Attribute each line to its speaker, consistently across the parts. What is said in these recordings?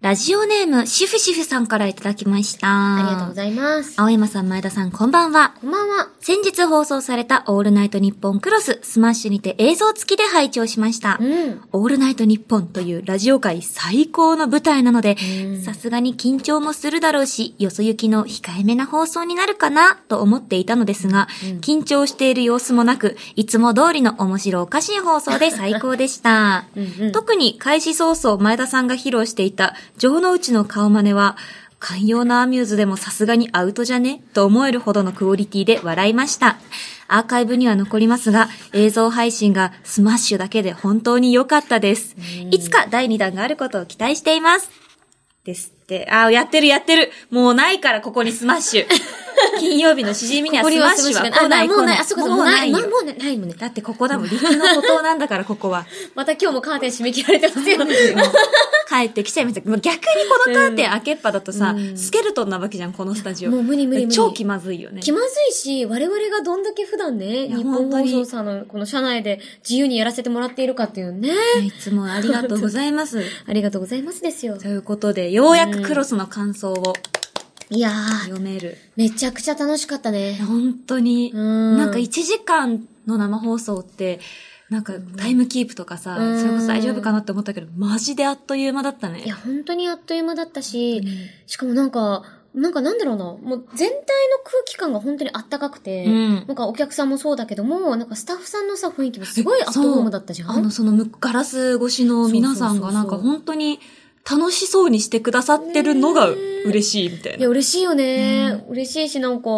Speaker 1: ラジオネーム、シフシフさんからいただきました。
Speaker 2: あ
Speaker 1: あ
Speaker 2: りがとうございます。
Speaker 1: 青山さん、前田さん、こんばんは。
Speaker 2: こんばんは。
Speaker 1: 先日放送されたオールナイトニッポンクロス、スマッシュにて映像付きで拝聴しました。
Speaker 2: ん。
Speaker 1: オールナイトニッポンというラジオ界最高の舞台なので
Speaker 2: うん、
Speaker 1: さすがに緊張もするだろうし、よそ行きの控えめな放送になるかなと思っていたのですが、緊張している様子もなく、いつも通りの面白おかしい放送で 最高でした。
Speaker 2: うんうん
Speaker 1: 特に開始早々前田さんが披露していた城之内の顔真似は、寛容なアミューズでもさすがにアウトじゃねと思えるほどのクオリティで笑いました。アーカイブには残りますが、映像配信がスマッシュだけで本当に良かったです。いつか第2弾があることを期待しています。ですって。ああ、やってるやってる。もうないから、ここにスマッシュ。 金曜日のしじみにはスマッシュは来ない。
Speaker 2: もうない。
Speaker 1: 来
Speaker 2: あ、そうか、もうない。もうないないもんね。
Speaker 1: だってここだもん。陸の孤島なんだから、ここは。
Speaker 2: また今日もカーテン締め切られてますよ。
Speaker 1: 帰ってきちゃいました。もう逆にこのカーテン開けっぱだとさ、
Speaker 2: うん
Speaker 1: スケルトンなわけじゃん、このスタジオ。
Speaker 2: もう無理無理無理
Speaker 1: 超気まずいよね。
Speaker 2: 気まずいし、我々がどんだけ普段ね、
Speaker 1: や
Speaker 2: 日本放送さんのこの社内で自由にやらせてもらっているかっていうね。
Speaker 1: いつもありがとうございます。
Speaker 2: ありがとうございますですよ
Speaker 1: と。いうことで、ようやくクロスの感想を
Speaker 2: いやー、
Speaker 1: 読める。
Speaker 2: めちゃくちゃ楽しかったね。
Speaker 1: 本当に、
Speaker 2: うん
Speaker 1: なんか1時間の生放送って、なんかタイムキープとかさ、
Speaker 2: うん
Speaker 1: それこそ大丈夫かなって思ったけど、マジであっという間だったね。
Speaker 2: いや、本当にあっという間だったし、しかもなんか、なんかなんだろうな、もう全体の空気感が本当にあったかくて、
Speaker 1: うん
Speaker 2: なんかお客さんもそうだけども、なんかスタッフさんのさ、雰囲気もすごいアットホームだったじゃん。
Speaker 1: そうあの、そのむガラス越しの皆さんがなんか本当に楽しそうにしてくださってるのが嬉しいみたい
Speaker 2: いや、
Speaker 1: な。
Speaker 2: 嬉しいよね。嬉しいし、なんか、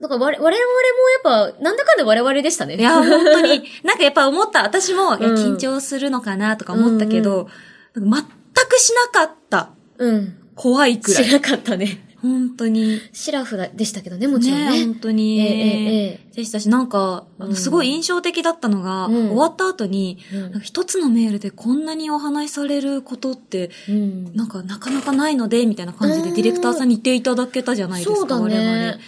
Speaker 2: なんか我我々もやっぱ、なんだかんだ我々でしたね。
Speaker 1: い や、本当に、なんかやっぱ思った、私も、いや
Speaker 2: うん
Speaker 1: 緊張するのかなとか思ったけど、なんか全くしなかった。
Speaker 2: うん。
Speaker 1: 怖いくら
Speaker 2: し
Speaker 1: い。
Speaker 2: なかったね。
Speaker 1: 本当に。
Speaker 2: シラフだでしたけどね、もちろん
Speaker 1: ね
Speaker 2: ね。
Speaker 1: 本当に。
Speaker 2: ええええ
Speaker 1: でしたし、なんか、あ
Speaker 2: う
Speaker 1: の、
Speaker 2: ん
Speaker 1: すごい印象的だったのが、
Speaker 2: うん
Speaker 1: 終わった後に、
Speaker 2: うん
Speaker 1: なんか一つのメールでこんなにお話しされることって、
Speaker 2: うん
Speaker 1: なんかなかなかないので、みたいな感じで
Speaker 2: うん
Speaker 1: ディレクターさんに言っていただけたじゃないですか、
Speaker 2: そうだね
Speaker 1: 我々。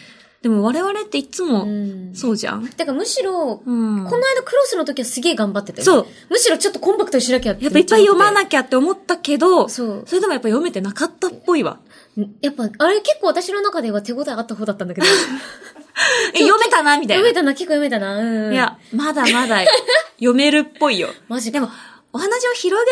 Speaker 1: でも我々っていつも、
Speaker 2: うん
Speaker 1: そうじゃん
Speaker 2: てかむしろ、
Speaker 1: うん。
Speaker 2: この間クロスの時はすげえ頑張ってたよ、
Speaker 1: そ
Speaker 2: ね。
Speaker 1: う。
Speaker 2: むしろちょっとコンパクトにしなきゃって
Speaker 1: やっぱいっぱい読ま
Speaker 2: い。
Speaker 1: なきゃって思ったけど、
Speaker 2: そう
Speaker 1: れでもやっぱ読めてなかったっぽいわ。
Speaker 2: やっぱ、あれ結構私の中では手応えあった方だったん だけど。
Speaker 1: え、読めたなみたい
Speaker 2: 読
Speaker 1: な。
Speaker 2: めたな、結構読めたな。うん。
Speaker 1: いや、まだまだ読めるっぽいよ。
Speaker 2: マジか
Speaker 1: でも、お話を広げられる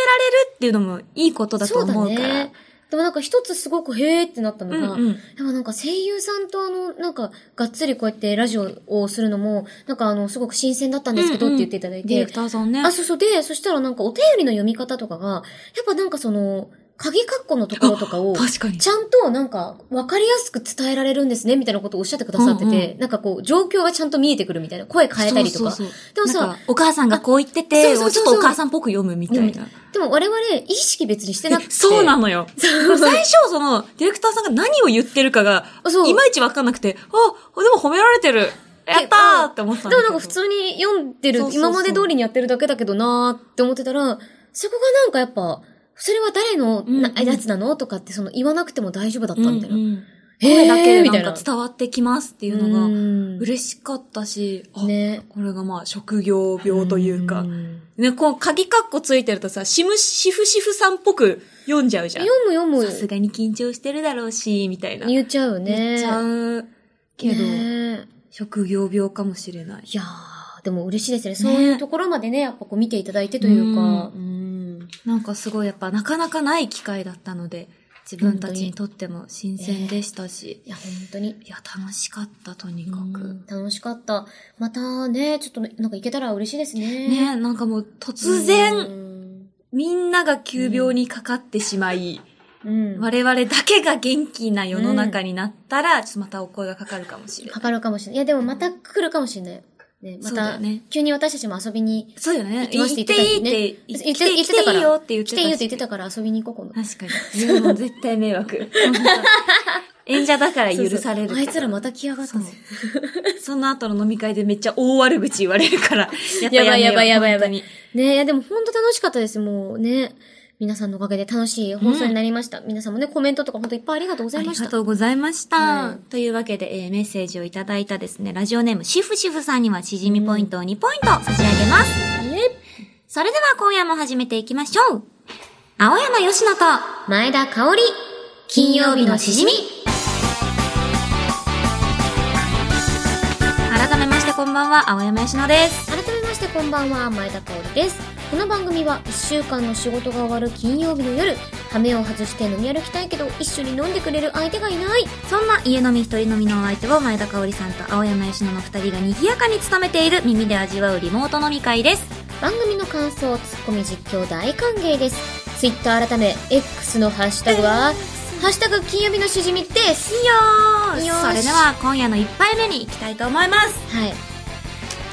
Speaker 1: っていうのもいいことだと思うから。
Speaker 2: ね。でもなんか一つすごくへーってなったのが、
Speaker 1: うんうん
Speaker 2: でもなんか声優さんとあの、なんか、がっつりこうやってラジオをするのも、なんかあの、すごく新鮮だったんですけど
Speaker 1: うんう
Speaker 2: っ
Speaker 1: ん
Speaker 2: て言っていただい
Speaker 1: ディレ
Speaker 2: て
Speaker 1: ク。ターさんね。
Speaker 2: あ、そうそう。で、そしたらなんかお便りの読み方とかが、やっぱなんかその、鍵括弧のところとかを、
Speaker 1: 確かに。
Speaker 2: ちゃんとなんか、わかりやすく伝えられるんですね、みたいなことをおっしゃってくださってて、
Speaker 1: うん
Speaker 2: なんかこう、状況がちゃんと見えてくるみたいな、声変えたりとか。
Speaker 1: そうそう
Speaker 2: でも
Speaker 1: なん
Speaker 2: さ
Speaker 1: か、お母さんがこう言ってて、
Speaker 2: あ
Speaker 1: ち
Speaker 2: そ
Speaker 1: ょ
Speaker 2: う
Speaker 1: っ
Speaker 2: そうそう
Speaker 1: とお母さんっぽく読むみたいな。
Speaker 2: でも我々、意識別にしてなく
Speaker 1: え
Speaker 2: て。
Speaker 1: そうなのよ。
Speaker 2: そう
Speaker 1: 最初、その、ディレクターさんが何を言ってるかが
Speaker 2: あ、そう
Speaker 1: いまいちわかんなくて、あ、でも褒められてる。やったーって思ってたん
Speaker 2: で
Speaker 1: だけど
Speaker 2: もなんか普通に読んでる
Speaker 1: そうそうそう
Speaker 2: 今まで通りにやってるだけだけどなーって思ってたら、そこがなんかやっぱ、それは誰の
Speaker 1: ん
Speaker 2: なやつなのとかってその言わなくても大丈夫だったみたいな。
Speaker 1: うんうん
Speaker 2: へ
Speaker 1: 声だけ
Speaker 2: ー
Speaker 1: で
Speaker 2: みたい
Speaker 1: な
Speaker 2: なん
Speaker 1: か伝わってきますっていうのが
Speaker 2: う
Speaker 1: 嬉しかったし、あ
Speaker 2: んね。
Speaker 1: これがまあ職業病というか、
Speaker 2: ん
Speaker 1: ね、こう鍵カッコついてるとさ、シムシフシフさんっぽく読んじゃうじゃん
Speaker 2: 読。む読む。
Speaker 1: さすがに緊張してるだろうし、みたいな。
Speaker 2: 言っちゃうよ
Speaker 1: 言
Speaker 2: ね。
Speaker 1: っちゃうけど、
Speaker 2: ね
Speaker 1: 職業病かもしれない。
Speaker 2: いやー、でも嬉しいですね。そういうところまでね、やっぱこう見ていただいてというか。うん
Speaker 1: なんかすごいやっぱなかなかない機会だったので、自分たちにとっても新鮮でしたし、
Speaker 2: いや、本当に。
Speaker 1: いや、楽しかった、とにかく。
Speaker 2: 楽しかった。またね、ちょっとねなんか行けたら嬉しいですね。
Speaker 1: ね、なんかもう突然、
Speaker 2: うん
Speaker 1: みんなが急病にかかってしまい、
Speaker 2: うん。
Speaker 1: 我々だけが元気な世の中になったら、ちょっとまたお声がかかるかもしれない。
Speaker 2: かかるかもしれない。いや、でもまた来るかもしれない。ね、ま
Speaker 1: そうだよ
Speaker 2: た、
Speaker 1: ね
Speaker 2: 急に私たちも遊びに、
Speaker 1: そうよね。
Speaker 2: 行きま
Speaker 1: 行
Speaker 2: す
Speaker 1: っ
Speaker 2: ってて
Speaker 1: いい
Speaker 2: 言
Speaker 1: っ
Speaker 2: って
Speaker 1: て、
Speaker 2: た
Speaker 1: 行
Speaker 2: よ
Speaker 1: って
Speaker 2: ね言って言ってた
Speaker 1: い
Speaker 2: から
Speaker 1: いよって言って
Speaker 2: 来
Speaker 1: た
Speaker 2: ていいよって言
Speaker 1: し
Speaker 2: ってたから遊びに行こう、今度。
Speaker 1: 確かに。いやもう絶対迷 惑。演者だから許される。
Speaker 2: そうそうあいつらまた来やがったぜ。
Speaker 1: その後の飲み会でめっちゃ大悪口言われるから。やっぱ
Speaker 2: やば
Speaker 1: め
Speaker 2: い
Speaker 1: よ
Speaker 2: や
Speaker 1: う
Speaker 2: ばいやばいや
Speaker 1: 本
Speaker 2: ばい
Speaker 1: 当に
Speaker 2: ねいや、でも本当楽しかったです。もうね、皆さんのおかげで楽しい放送になりました。皆さんもね、コメントとか本当いっぱいありがとうござ
Speaker 1: あ
Speaker 2: いま
Speaker 1: り
Speaker 2: した。
Speaker 1: がとうございました。
Speaker 2: はい
Speaker 1: というわけで、えーメッセージをいただいたですね、ラジオネームシフシフさんにはしじみポイントを2ポイント差し上げます。
Speaker 2: ね
Speaker 1: それでは今夜も始めていきましょう。青山よしのと、
Speaker 2: 前田香織金曜日のしじみ
Speaker 1: 改めましてこんばんは、青山よしのです。
Speaker 2: 改めましてこんばんは前田香織ですこの番組は1週間の仕事が終わる金曜日の夜羽目を外して飲み歩きたいけど一緒に飲んでくれる相手がいない
Speaker 1: そんな家飲み一人飲みのお相手を前田香織さんと青山よしのの二人が賑やかに務めている耳で味わうリモート飲み会です。
Speaker 2: 番組の感想ツッコミ実況大歓迎ですツイッター改め X のハッシュタグは「ハッシュタグ金曜日のしじみ」です
Speaker 1: よー
Speaker 2: よー
Speaker 1: そ
Speaker 2: し
Speaker 1: れでは今夜の一杯目に行きたいと思います。
Speaker 2: はい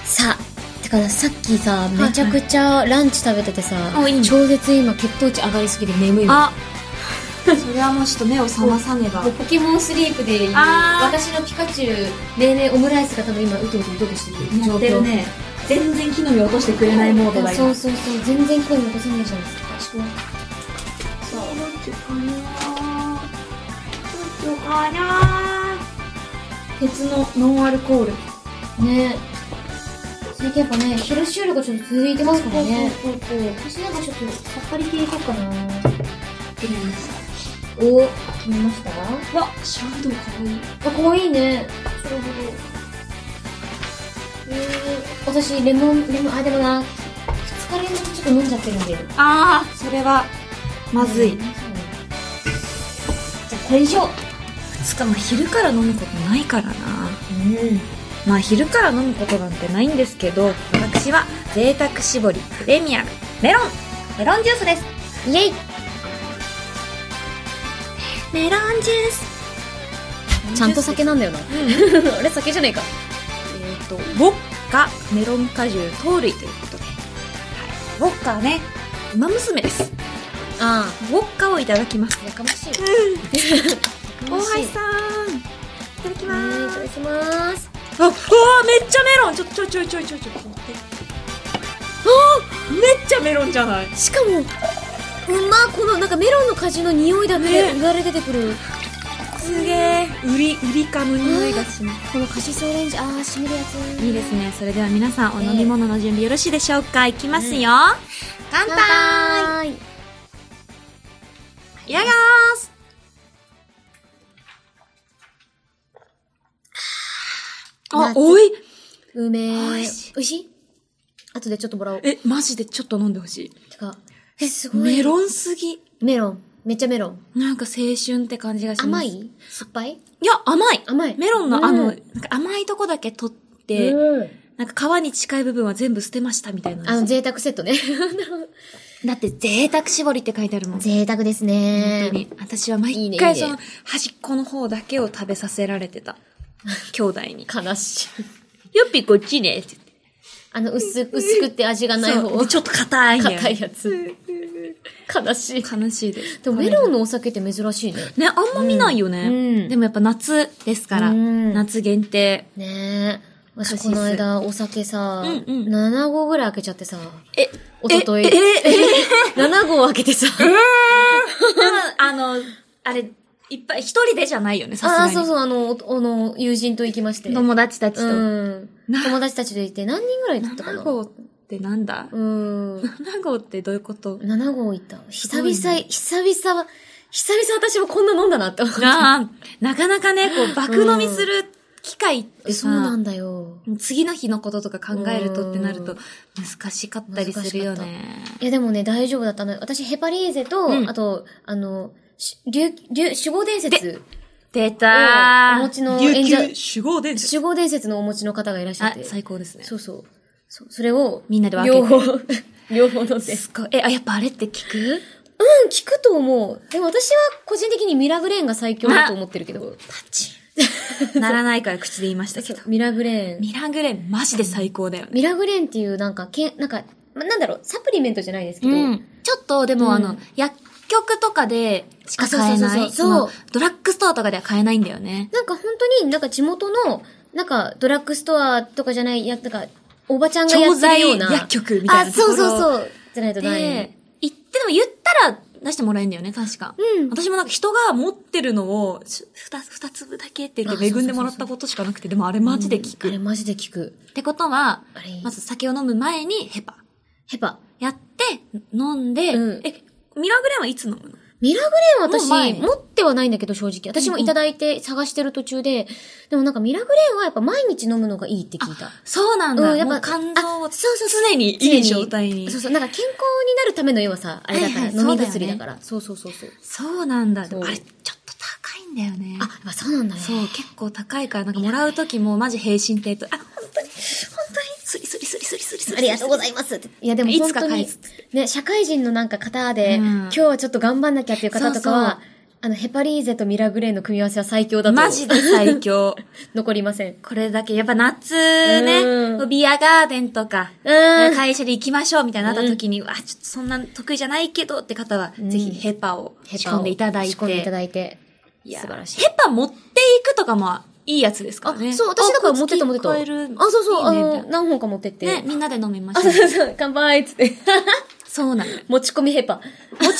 Speaker 2: さあてかさっきさめちゃくちゃランチ食べててさ、
Speaker 1: おいいね
Speaker 2: 超絶今血糖値上がりすぎて眠いわ
Speaker 1: あ、それはもうちょっと目を覚まさねば
Speaker 2: もう。ポケモンスリープでいう
Speaker 1: あー
Speaker 2: 私のピカチュウ命名オムライスが多分今うとうとうとうしてる
Speaker 1: 持
Speaker 2: 状
Speaker 1: ってる
Speaker 2: 況
Speaker 1: ね。全然木の実落としてくれないモードだ
Speaker 2: そう
Speaker 1: 今。
Speaker 2: そうそう全然声残さないじゃないですかそう
Speaker 1: 鉄のノンアルコール。
Speaker 2: ね最近やっぱね昼収録がちょっと続いてますからね
Speaker 1: そうそうそう。
Speaker 2: 私なんかちょっとさっぱり系いこうかな
Speaker 1: 決めまし
Speaker 2: お決めました
Speaker 1: た。わ、シャドウかわいい。
Speaker 2: あ可愛いねなるほどえー、私レモンレモンあでもな2日連続ちょっと飲んじゃってるんで
Speaker 1: あー、それは、まずい。
Speaker 2: じゃあこれ以上
Speaker 1: つか、まあ昼から飲むことないからな。
Speaker 2: うん
Speaker 1: まあ昼から飲むことなんてないんですけど、私は贅沢絞りプレミアムメロンメロンジュースです。
Speaker 2: イェイ
Speaker 1: メロンジュース
Speaker 2: ちゃんと酒なんだよな
Speaker 1: うん
Speaker 2: 俺酒じゃねえか
Speaker 1: えっ、と、ボッカ、メロン果汁、糖類ということで。はい。ボッカはね、馬娘です。
Speaker 2: あ
Speaker 1: ボッカをいただきます。
Speaker 2: あやかましいやか
Speaker 1: 大
Speaker 2: ま
Speaker 1: 橋
Speaker 2: しい
Speaker 1: さん。いただきま
Speaker 2: ねい
Speaker 1: す
Speaker 2: た。だきます
Speaker 1: あ、うわーめっちゃメロンちょ、ちょ、ちょ、ちょ、ちょ、ちょ、ちょ、待って。あーめっちゃメロンじゃない
Speaker 2: しかもうまこのなんかメロンの果汁の匂いだけで
Speaker 1: ね
Speaker 2: 言われ出てくる、
Speaker 1: すげえ。ウリ、ウリ科の匂いがします。
Speaker 2: このカシスオレンジああしみるやつ
Speaker 1: いいですね。それでは皆さん、お飲み物の準備よろしいでしょうかいきますよ。乾
Speaker 2: 乾
Speaker 1: 杯
Speaker 2: 杯
Speaker 1: いやがーすあ、
Speaker 2: 夏
Speaker 1: おい
Speaker 2: うめー
Speaker 1: 美
Speaker 2: 美
Speaker 1: 味
Speaker 2: 味
Speaker 1: し
Speaker 2: し
Speaker 1: い
Speaker 2: い後でちょっともらおう
Speaker 1: え、マジでちょっと飲んでほして
Speaker 2: かえす
Speaker 1: い。
Speaker 2: ごい
Speaker 1: メロンすぎ。
Speaker 2: メロンめっちゃメロン
Speaker 1: なんか青春って感じがしま
Speaker 2: 甘
Speaker 1: す。
Speaker 2: い酸っぱい
Speaker 1: いや、甘い
Speaker 2: 甘い
Speaker 1: メロンのあ
Speaker 2: う
Speaker 1: の、なん
Speaker 2: ん
Speaker 1: か甘いとこだけ取って、
Speaker 2: うん
Speaker 1: なんか皮に近い部分は全部捨てましたみたいな。
Speaker 2: あの贅沢セッ トねなるほど
Speaker 1: だって贅沢絞りって書いてあるもん。
Speaker 2: 贅沢です
Speaker 1: 本
Speaker 2: ね
Speaker 1: 当に。私は毎回
Speaker 2: いいねいいね
Speaker 1: その端っこの方だけを食べさせられてた。兄弟に。
Speaker 2: 悲しい
Speaker 1: よっぴこっちねって
Speaker 2: あの薄薄くて味がない
Speaker 1: 言って。そう
Speaker 2: 方
Speaker 1: でちょっと硬いんだよね
Speaker 2: 硬いやつ悲しい
Speaker 1: 悲しいです。
Speaker 2: でもメロンのお酒って珍しいね
Speaker 1: ね、あんま見ないよね。
Speaker 2: うん
Speaker 1: でもやっぱ夏ですから、
Speaker 2: うん
Speaker 1: 夏限定。
Speaker 2: ねえ
Speaker 1: カ
Speaker 2: 私
Speaker 1: シス
Speaker 2: この間お酒さ、
Speaker 1: うんうん
Speaker 2: 7合ぐらい開けちゃってさ
Speaker 1: え、
Speaker 2: おととい
Speaker 1: え、え、え、え
Speaker 2: 7合開けてさ
Speaker 1: あの、あれ、いっぱい、一人でじゃないよね、さす
Speaker 2: あ
Speaker 1: が
Speaker 2: あ
Speaker 1: に。
Speaker 2: そうそうあのおあの友人と行きまして
Speaker 1: 友達たちと。
Speaker 2: うん、
Speaker 1: な
Speaker 2: 友達たちと行って何人ぐらい行ったか
Speaker 1: 7
Speaker 2: な
Speaker 1: 号ってなんだ
Speaker 2: うん。
Speaker 1: ?7 号ってどういうこと
Speaker 2: 7号行った。久々、
Speaker 1: ごいね
Speaker 2: 久々、久々私もこんな飲んだなって思った。
Speaker 1: なあ、なかなかね、こう、爆飲みする機会って
Speaker 2: そ
Speaker 1: さ、
Speaker 2: うなんだよ。
Speaker 1: 次の日のこととか考えるとってなると
Speaker 2: うん、
Speaker 1: 難しかったりするよね。
Speaker 2: いやでもね、大丈夫だったのよ。私、ヘパリーゼと、
Speaker 1: うん
Speaker 2: あと、あの、し竜、竜、守護伝説。
Speaker 1: 出たー
Speaker 2: お餅の演者
Speaker 1: 守護伝説。
Speaker 2: 守護伝説のお持ちの方がいらっしゃっ
Speaker 1: あ
Speaker 2: て。、
Speaker 1: 最高ですね。
Speaker 2: そうそう。そうそれを、
Speaker 1: みんなで分けて
Speaker 2: 両方、 両方飲んで。うん、聞
Speaker 1: すごい。え、あ、やっぱあれって聞く
Speaker 2: くと思う。でも私は個人的にミラグレーンが最強だと思ってるけど。
Speaker 1: パチン。 ならないから口で言いましたけど。
Speaker 2: ミラグレーン。
Speaker 1: ミラングレーン、マジで最高だよね。
Speaker 2: ミラグレーンっていうなんか、けんなんか、まなんだろう、サプリメントじゃないですけど、
Speaker 1: うん。ちょっと、でも、
Speaker 2: うん
Speaker 1: あの、薬局とかでしか買えな
Speaker 2: あ
Speaker 1: い。
Speaker 2: そうそうそうそう
Speaker 1: のドラッグストアとかでは買えないんだよね。
Speaker 2: なんか本当になんか地元の、なんかドラッグストアとかじゃない、や、なんか、おばちゃんが
Speaker 1: 調
Speaker 2: やってる
Speaker 1: 剤
Speaker 2: ような。
Speaker 1: 薬局みたいな
Speaker 2: あ、
Speaker 1: ところ
Speaker 2: そうそうそう。じゃないとない。
Speaker 1: で、行ってでも言ったら出してもらえるんだよね、確か。
Speaker 2: うん
Speaker 1: 私もなんか人が持ってるのを、し二つ、二粒だけって言って恵んでもらったことしかなくて、でもあれマジで効く。
Speaker 2: あれマジで聞く。
Speaker 1: ってことは
Speaker 2: あれいい、
Speaker 1: まず酒を飲む前にヘパ
Speaker 2: ヘパ。
Speaker 1: やって、飲んで、
Speaker 2: うん
Speaker 1: え、ミラーグレーンはいつ飲むの
Speaker 2: ミラーグレーンは私、
Speaker 1: もう前に
Speaker 2: 持ってはないんだけど、正直。私もいただいて探してる途中で、でもなんかミラーグレーンはやっぱ毎日飲むのがいいって聞いた。
Speaker 1: そうなん
Speaker 2: う
Speaker 1: だ。
Speaker 2: んやっぱ
Speaker 1: もう肝臓を
Speaker 2: あそうそうそう
Speaker 1: 常にいい状態に。
Speaker 2: そうそう、なんか健康になるための要はさ、あれだから、
Speaker 1: はいはいそうだよ
Speaker 2: 飲
Speaker 1: ね
Speaker 2: み薬だから。そうそうそうそう。
Speaker 1: そうなんだ。あれ、ち
Speaker 2: そ
Speaker 1: ょ
Speaker 2: う
Speaker 1: っと高いんだよね。
Speaker 2: あ、やっぱそうなんだね。
Speaker 1: そう、結構高いから、なんかもらうときも、マジ平身低と、あ、本当に、本当に、スリスリスリスリスリスリ。
Speaker 2: ありがとうございますって。いやでも
Speaker 1: い
Speaker 2: 本
Speaker 1: つか
Speaker 2: 当
Speaker 1: 返
Speaker 2: に
Speaker 1: す、
Speaker 2: ね、社会人のなんか方で、
Speaker 1: うん
Speaker 2: 今日はちょっと頑張んなきゃっていう方とかは、
Speaker 1: そうそう
Speaker 2: あの、ヘパリーゼとミラーグレーの組み合わせは最強だと。
Speaker 1: マジで最強。
Speaker 2: 残りません。
Speaker 1: これだけ、やっぱ夏
Speaker 2: う
Speaker 1: ね、
Speaker 2: ん
Speaker 1: ビアガーデンとか、
Speaker 2: うん
Speaker 1: 会社で行きましょうみたいになった時に、あ、ちょっとそんな得意じゃないけどって方は、
Speaker 2: うん
Speaker 1: ぜひヘパを
Speaker 2: ヘ
Speaker 1: 仕
Speaker 2: パを
Speaker 1: 込んでいただい
Speaker 2: 仕込んでいた
Speaker 1: て。
Speaker 2: だいて。
Speaker 1: いや
Speaker 2: 素晴らしい
Speaker 1: ヘパ持っていくとかもいいやつですからね。
Speaker 2: あ、そう、私だから持ってった持ってった。
Speaker 1: お小遣い超える
Speaker 2: あ、そうそう、あ
Speaker 1: いいねみたい
Speaker 2: の、
Speaker 1: な
Speaker 2: 何本か持ってって。
Speaker 1: ね、みんなで飲みま
Speaker 2: あ、
Speaker 1: しょ
Speaker 2: そう
Speaker 1: う。
Speaker 2: そうそう、乾杯っつって。
Speaker 1: そうなのよ。
Speaker 2: 持ち込みヘパ。
Speaker 1: 持ち込みヘ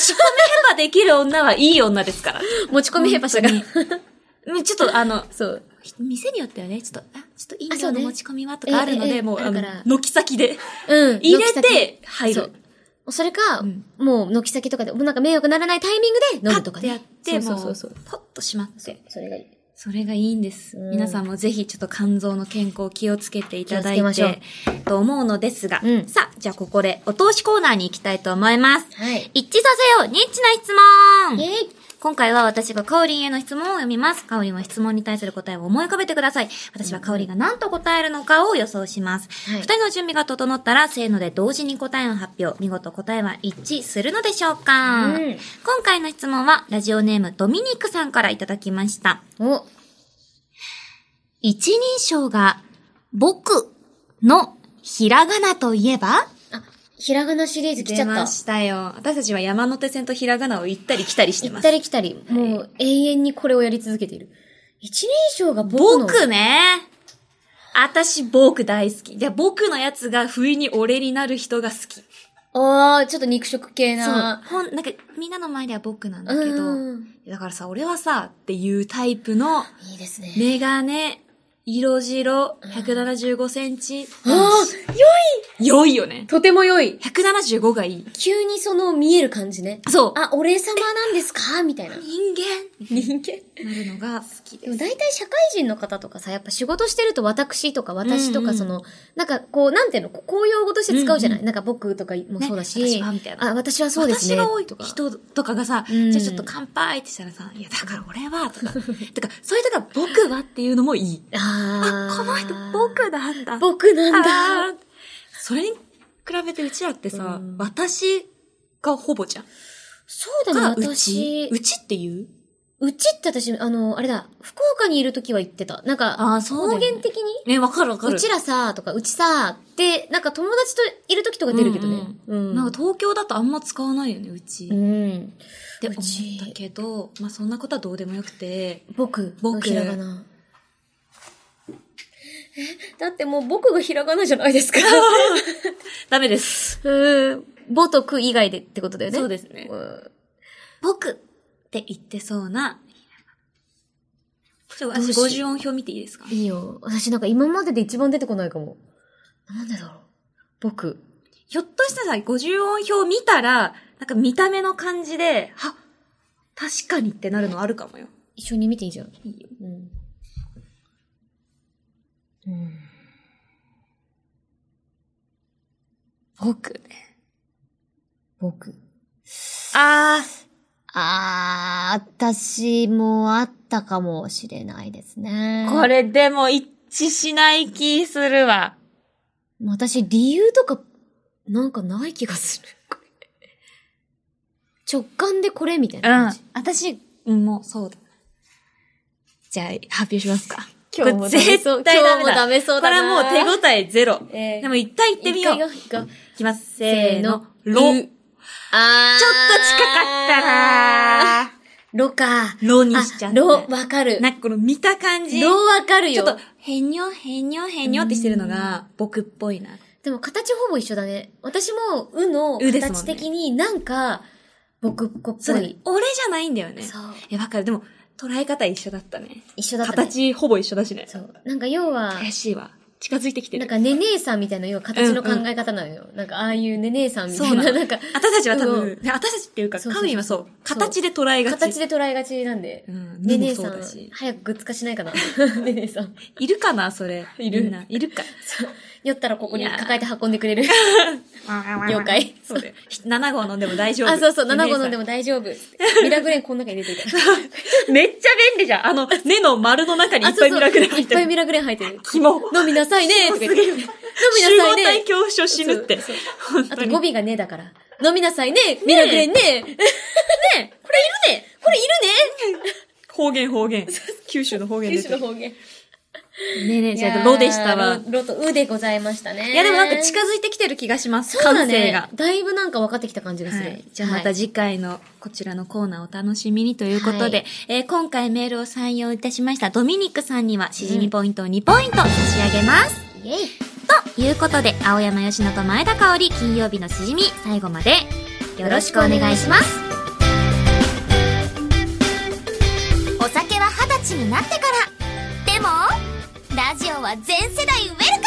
Speaker 1: パできる女はいい女ですから。
Speaker 2: 持ち込みヘパしたから。
Speaker 1: うんちょっとあの、
Speaker 2: そう。
Speaker 1: 店によってはね、ちょっと、あ、ちょっと飲
Speaker 2: あそ
Speaker 1: 料
Speaker 2: う
Speaker 1: の
Speaker 2: ね
Speaker 1: 持ち込みはとかあるの
Speaker 2: ええええ
Speaker 1: で、もう、あ
Speaker 2: あ
Speaker 1: の
Speaker 2: るから、
Speaker 1: 軒先で
Speaker 2: うん。
Speaker 1: 入れ
Speaker 2: 軒先
Speaker 1: て入
Speaker 2: そ
Speaker 1: る
Speaker 2: う。。それか、
Speaker 1: うん
Speaker 2: もう、軒先とかで、もうなんか迷惑ならないタイミングで飲むと
Speaker 1: パッ
Speaker 2: か
Speaker 1: て
Speaker 2: ね。
Speaker 1: やって、
Speaker 2: そ
Speaker 1: も
Speaker 2: うそう
Speaker 1: う
Speaker 2: そうそう。、
Speaker 1: ポッとしまっ
Speaker 2: そう
Speaker 1: て。
Speaker 2: それがいい。
Speaker 1: それがいいんです。
Speaker 2: うん
Speaker 1: 皆さんもぜひちょっと肝臓の健康を気をつけていただ
Speaker 2: 気を
Speaker 1: い
Speaker 2: つけま
Speaker 1: て、と思うのですが、
Speaker 2: うん
Speaker 1: さあ、じゃあここでお通しコーナーに行きたいと思います。
Speaker 2: はい。
Speaker 1: 一致させようニッチな質問
Speaker 2: イェイ
Speaker 1: 今回は私がカオリンへの質問を読みます。カオリンは質問に対する答えを思い浮かべてください。私はカオリンが何と答えるのかを予想します。
Speaker 2: は
Speaker 1: 二、
Speaker 2: い
Speaker 1: 人の準備が整ったら、せーので同時に答えを発表。見事答えは一致するのでしょうか、
Speaker 2: うん
Speaker 1: 今回の質問は、ラジオネームドミニクさんからいただきました。
Speaker 2: お、
Speaker 1: 一人称が、僕のひらがなといえば
Speaker 2: あ、ひらがなシリーズ来ちゃ
Speaker 1: 出
Speaker 2: った
Speaker 1: ま。したよ。私たちは山手線とひらがなを行ったり来たりして
Speaker 2: 行
Speaker 1: ま
Speaker 2: っ
Speaker 1: す
Speaker 2: た。り来たり、もう永遠にこれをやり続けている。一人称が僕の。
Speaker 1: 僕ね。私、僕大好き。で、僕のやつが不意に俺になる人が好き。そう。
Speaker 2: ああ、ちょっと肉食
Speaker 1: ほ
Speaker 2: 系
Speaker 1: ん、なん
Speaker 2: な。
Speaker 1: か、みんなの前では僕なんだ
Speaker 2: う
Speaker 1: けど。
Speaker 2: ん。
Speaker 1: だからさ、俺はさ、っていうタイプの、
Speaker 2: いいですね。
Speaker 1: メガネ、色白、175センチ。
Speaker 2: ああ、良い
Speaker 1: 良いよね。
Speaker 2: とても良い。
Speaker 1: 175がいい。
Speaker 2: 急にその見える感じね。
Speaker 1: そう。
Speaker 2: あ、俺様なんですかみたいな。
Speaker 1: 人間
Speaker 2: 人間。
Speaker 1: なるのが好き
Speaker 2: で
Speaker 1: で
Speaker 2: も
Speaker 1: す。
Speaker 2: 大体社会人の方とかさ、やっぱ仕事してると私とか私と
Speaker 1: うんう
Speaker 2: か
Speaker 1: ん
Speaker 2: その、なんかこう、なんていうの、こう公用語として使うじゃない、
Speaker 1: うん
Speaker 2: なんか僕とかもそうだし、
Speaker 1: ね私はみたいな
Speaker 2: あ、私はそうですね。
Speaker 1: 私が多い
Speaker 2: とか。
Speaker 1: 人とかがさ、
Speaker 2: うん
Speaker 1: じゃあちょっと乾杯ってしたらさ、いや、だから俺は、とか。 とか、そういうとか、僕はっていうのもい い。
Speaker 2: あ
Speaker 1: あ、
Speaker 2: ー
Speaker 1: この人、僕なんだ。
Speaker 2: 僕なんだ。
Speaker 1: だ。それに比べてうちらってさ、
Speaker 2: うん
Speaker 1: 私がほぼじゃん。
Speaker 2: そう
Speaker 1: が
Speaker 2: だね、
Speaker 1: うち
Speaker 2: 私。
Speaker 1: うちって言う
Speaker 2: うちって私、あの、あれだ、福岡にいるときは言ってた。なんか、
Speaker 1: あーそうだ
Speaker 2: 方
Speaker 1: よね
Speaker 2: 言的に
Speaker 1: ね、わかるわかる。
Speaker 2: うちらさ、とか、うちさ、って、なんか友達といるときとか出るけどね。
Speaker 1: うんうんなんか東京だとあんま使わないよね、うち。
Speaker 2: う
Speaker 1: っ
Speaker 2: ん。
Speaker 1: て思
Speaker 2: うち
Speaker 1: ったけど、まあそんなことはどうでもよくて、
Speaker 2: 僕
Speaker 1: 僕
Speaker 2: のひらがな。え、だってもう僕がひらがなじゃないですか。
Speaker 1: ダメです。
Speaker 2: うん。ぼとく以外でってことだよね。
Speaker 1: そうですね
Speaker 2: ん
Speaker 1: 僕って言ってそうな、ちょっと
Speaker 2: どう
Speaker 1: 私
Speaker 2: しよ
Speaker 1: 50音
Speaker 2: う
Speaker 1: 表見ていいですか
Speaker 2: いいよ。私なんか今までで一番出てこないかも。なんでだろう。僕。
Speaker 1: ひょっとしたらさ、50音表見たら、なんか見た目の感じで、は確かにってなるのあるかもよ。
Speaker 2: 一緒に見ていいじゃん。
Speaker 1: いいよ。
Speaker 2: うん。うん。
Speaker 1: 僕ね。
Speaker 2: 僕。
Speaker 1: あー、
Speaker 2: あー、私もあったかもしれないですね。
Speaker 1: こ。れでも一致しない気するわ。
Speaker 2: 私、理由とか、なんかない気がする。これ直感でこれみたいな感じ。。
Speaker 1: 私、うんもうそうだ。じゃあ、発表しますか。
Speaker 2: 今日も
Speaker 1: これ絶対ダメだ。
Speaker 2: ダメそう今日もダメそうだな
Speaker 1: これはもう手応えゼロ。
Speaker 2: えー
Speaker 1: でも一回行ってみよう。
Speaker 2: 一回行こう
Speaker 1: いきます。せーの。
Speaker 2: せー
Speaker 1: ロ。
Speaker 2: の
Speaker 1: ちょっと近かっ
Speaker 2: あー。
Speaker 1: たな
Speaker 2: ロか。
Speaker 1: ロにしちゃった。
Speaker 2: あロ、わかる。
Speaker 1: なんかこの見た感じ。
Speaker 2: ロわかる
Speaker 1: ちょ
Speaker 2: よ。
Speaker 1: っと、へにょ、へにょ、へにょってしてるのが、僕っぽいな。
Speaker 2: でも形ほぼ一緒だね。私も、うの
Speaker 1: うですもんね
Speaker 2: 形的になんか、僕っ子っ
Speaker 1: そ
Speaker 2: ぽ
Speaker 1: れ、
Speaker 2: い。
Speaker 1: 俺じゃないんだよね。
Speaker 2: そう。
Speaker 1: え、わかる。でも、捉え方一緒だったね。
Speaker 2: 一緒だったね。
Speaker 1: 形ほぼ一緒だしね。
Speaker 2: そう。なんか要は、
Speaker 1: 悔しいわ。近づいてきて
Speaker 2: なん
Speaker 1: る。
Speaker 2: か、ねねえさんみたいな、要は形の考え方なのよ。なんか、ああいうねねえさんみたい
Speaker 1: そうな
Speaker 2: な、
Speaker 1: の
Speaker 2: なんか、
Speaker 1: 私たちは多
Speaker 2: う
Speaker 1: 分
Speaker 2: ん、
Speaker 1: ね私たちっていうか、
Speaker 2: そうそうそ
Speaker 1: カ
Speaker 2: う
Speaker 1: ウリンはそう、形で捉えがち。
Speaker 2: 形で捉えがちなんで
Speaker 1: う。ん、ね
Speaker 2: ねね
Speaker 1: ね
Speaker 2: え
Speaker 1: そ
Speaker 2: さ
Speaker 1: うんだし、。
Speaker 2: 早くグッズ化しないかな。ねねえさん。
Speaker 1: いるかな、それ。
Speaker 2: いる
Speaker 1: みんな。いるか。
Speaker 2: そう酔ったらここに
Speaker 1: いやー
Speaker 2: 抱えて運んでくれる。 了解。
Speaker 1: そうだよ。7号飲んでも大丈夫。
Speaker 2: あ、そうそう、7号飲んで
Speaker 1: も。
Speaker 2: も大丈夫。ミラクレンこの中に入れていた。
Speaker 1: めっちゃ便利じゃん。あの、根の丸の中にいっぱいミラクル入っ
Speaker 2: あそうそういっぱ
Speaker 1: て
Speaker 2: い
Speaker 1: る。
Speaker 2: ミラクレン入ってる。
Speaker 1: 肝。
Speaker 2: 飲みなさいねとか言って。飲み
Speaker 1: 集合
Speaker 2: なさい
Speaker 1: 体
Speaker 2: ね
Speaker 1: 恐怖症死ぬって。
Speaker 2: そう
Speaker 1: 本
Speaker 2: あ
Speaker 1: 当
Speaker 2: と
Speaker 1: に。
Speaker 2: 語尾がねだから。飲みなさいねミラクレンねねこれいるねこれいるね
Speaker 1: 方言方言。九州の方言
Speaker 2: 九
Speaker 1: 出
Speaker 2: 州
Speaker 1: て
Speaker 2: の
Speaker 1: る。ね
Speaker 2: 方言。
Speaker 1: えねえ、じゃあ、ロでしたわ。
Speaker 2: ロロとウでございましたね。
Speaker 1: いや、でもなんか近づいてきてる気がします。
Speaker 2: そうだ
Speaker 1: 感性
Speaker 2: ね
Speaker 1: が。。
Speaker 2: だいぶなんか分かってきた感じがす
Speaker 1: は
Speaker 2: る。
Speaker 1: い。じゃあまた
Speaker 2: はい
Speaker 1: 次回のこちらのコーナーお楽しみにということで、
Speaker 2: はい
Speaker 1: えー今回メールを採用いたしましたドミニクさんにはしじみポイントを2ポイント差し上げます。
Speaker 2: イェイ
Speaker 1: ということで、青山よしのと前田香織金曜日のしじみ最後までよろしくお願いします。
Speaker 3: お酒は二十歳になってからでもラジオは全世代ウェルカ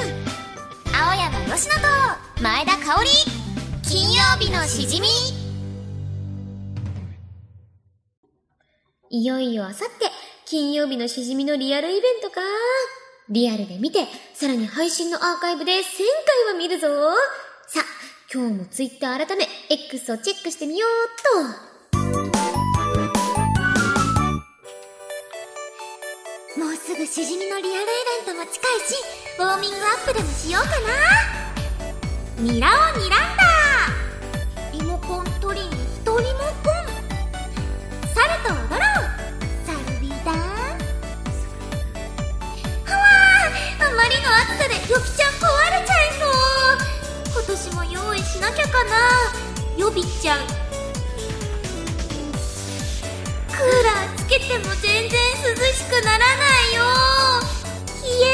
Speaker 3: ム青山佳乃と前田香織金曜日のしじみ
Speaker 2: いよいよあさって、金曜日のしじみのリアルイベントか。リアルで見て、さらに配信のアーカイブで1000回は見るぞ。さあ、今日もツイッター改め、X をチェックしてみようっと。
Speaker 3: もうすぐしじみのリアルイベントも近いしウォーミングアップでもしようかなニラをにらんだリモコン取りに一人もコン猿と踊ろうサルビダンスはわーあまりの暑さでよきちゃん壊れちゃいそう今年も用意しなきゃかなよびちゃんクーラーつけても全然涼しくならないよ冷え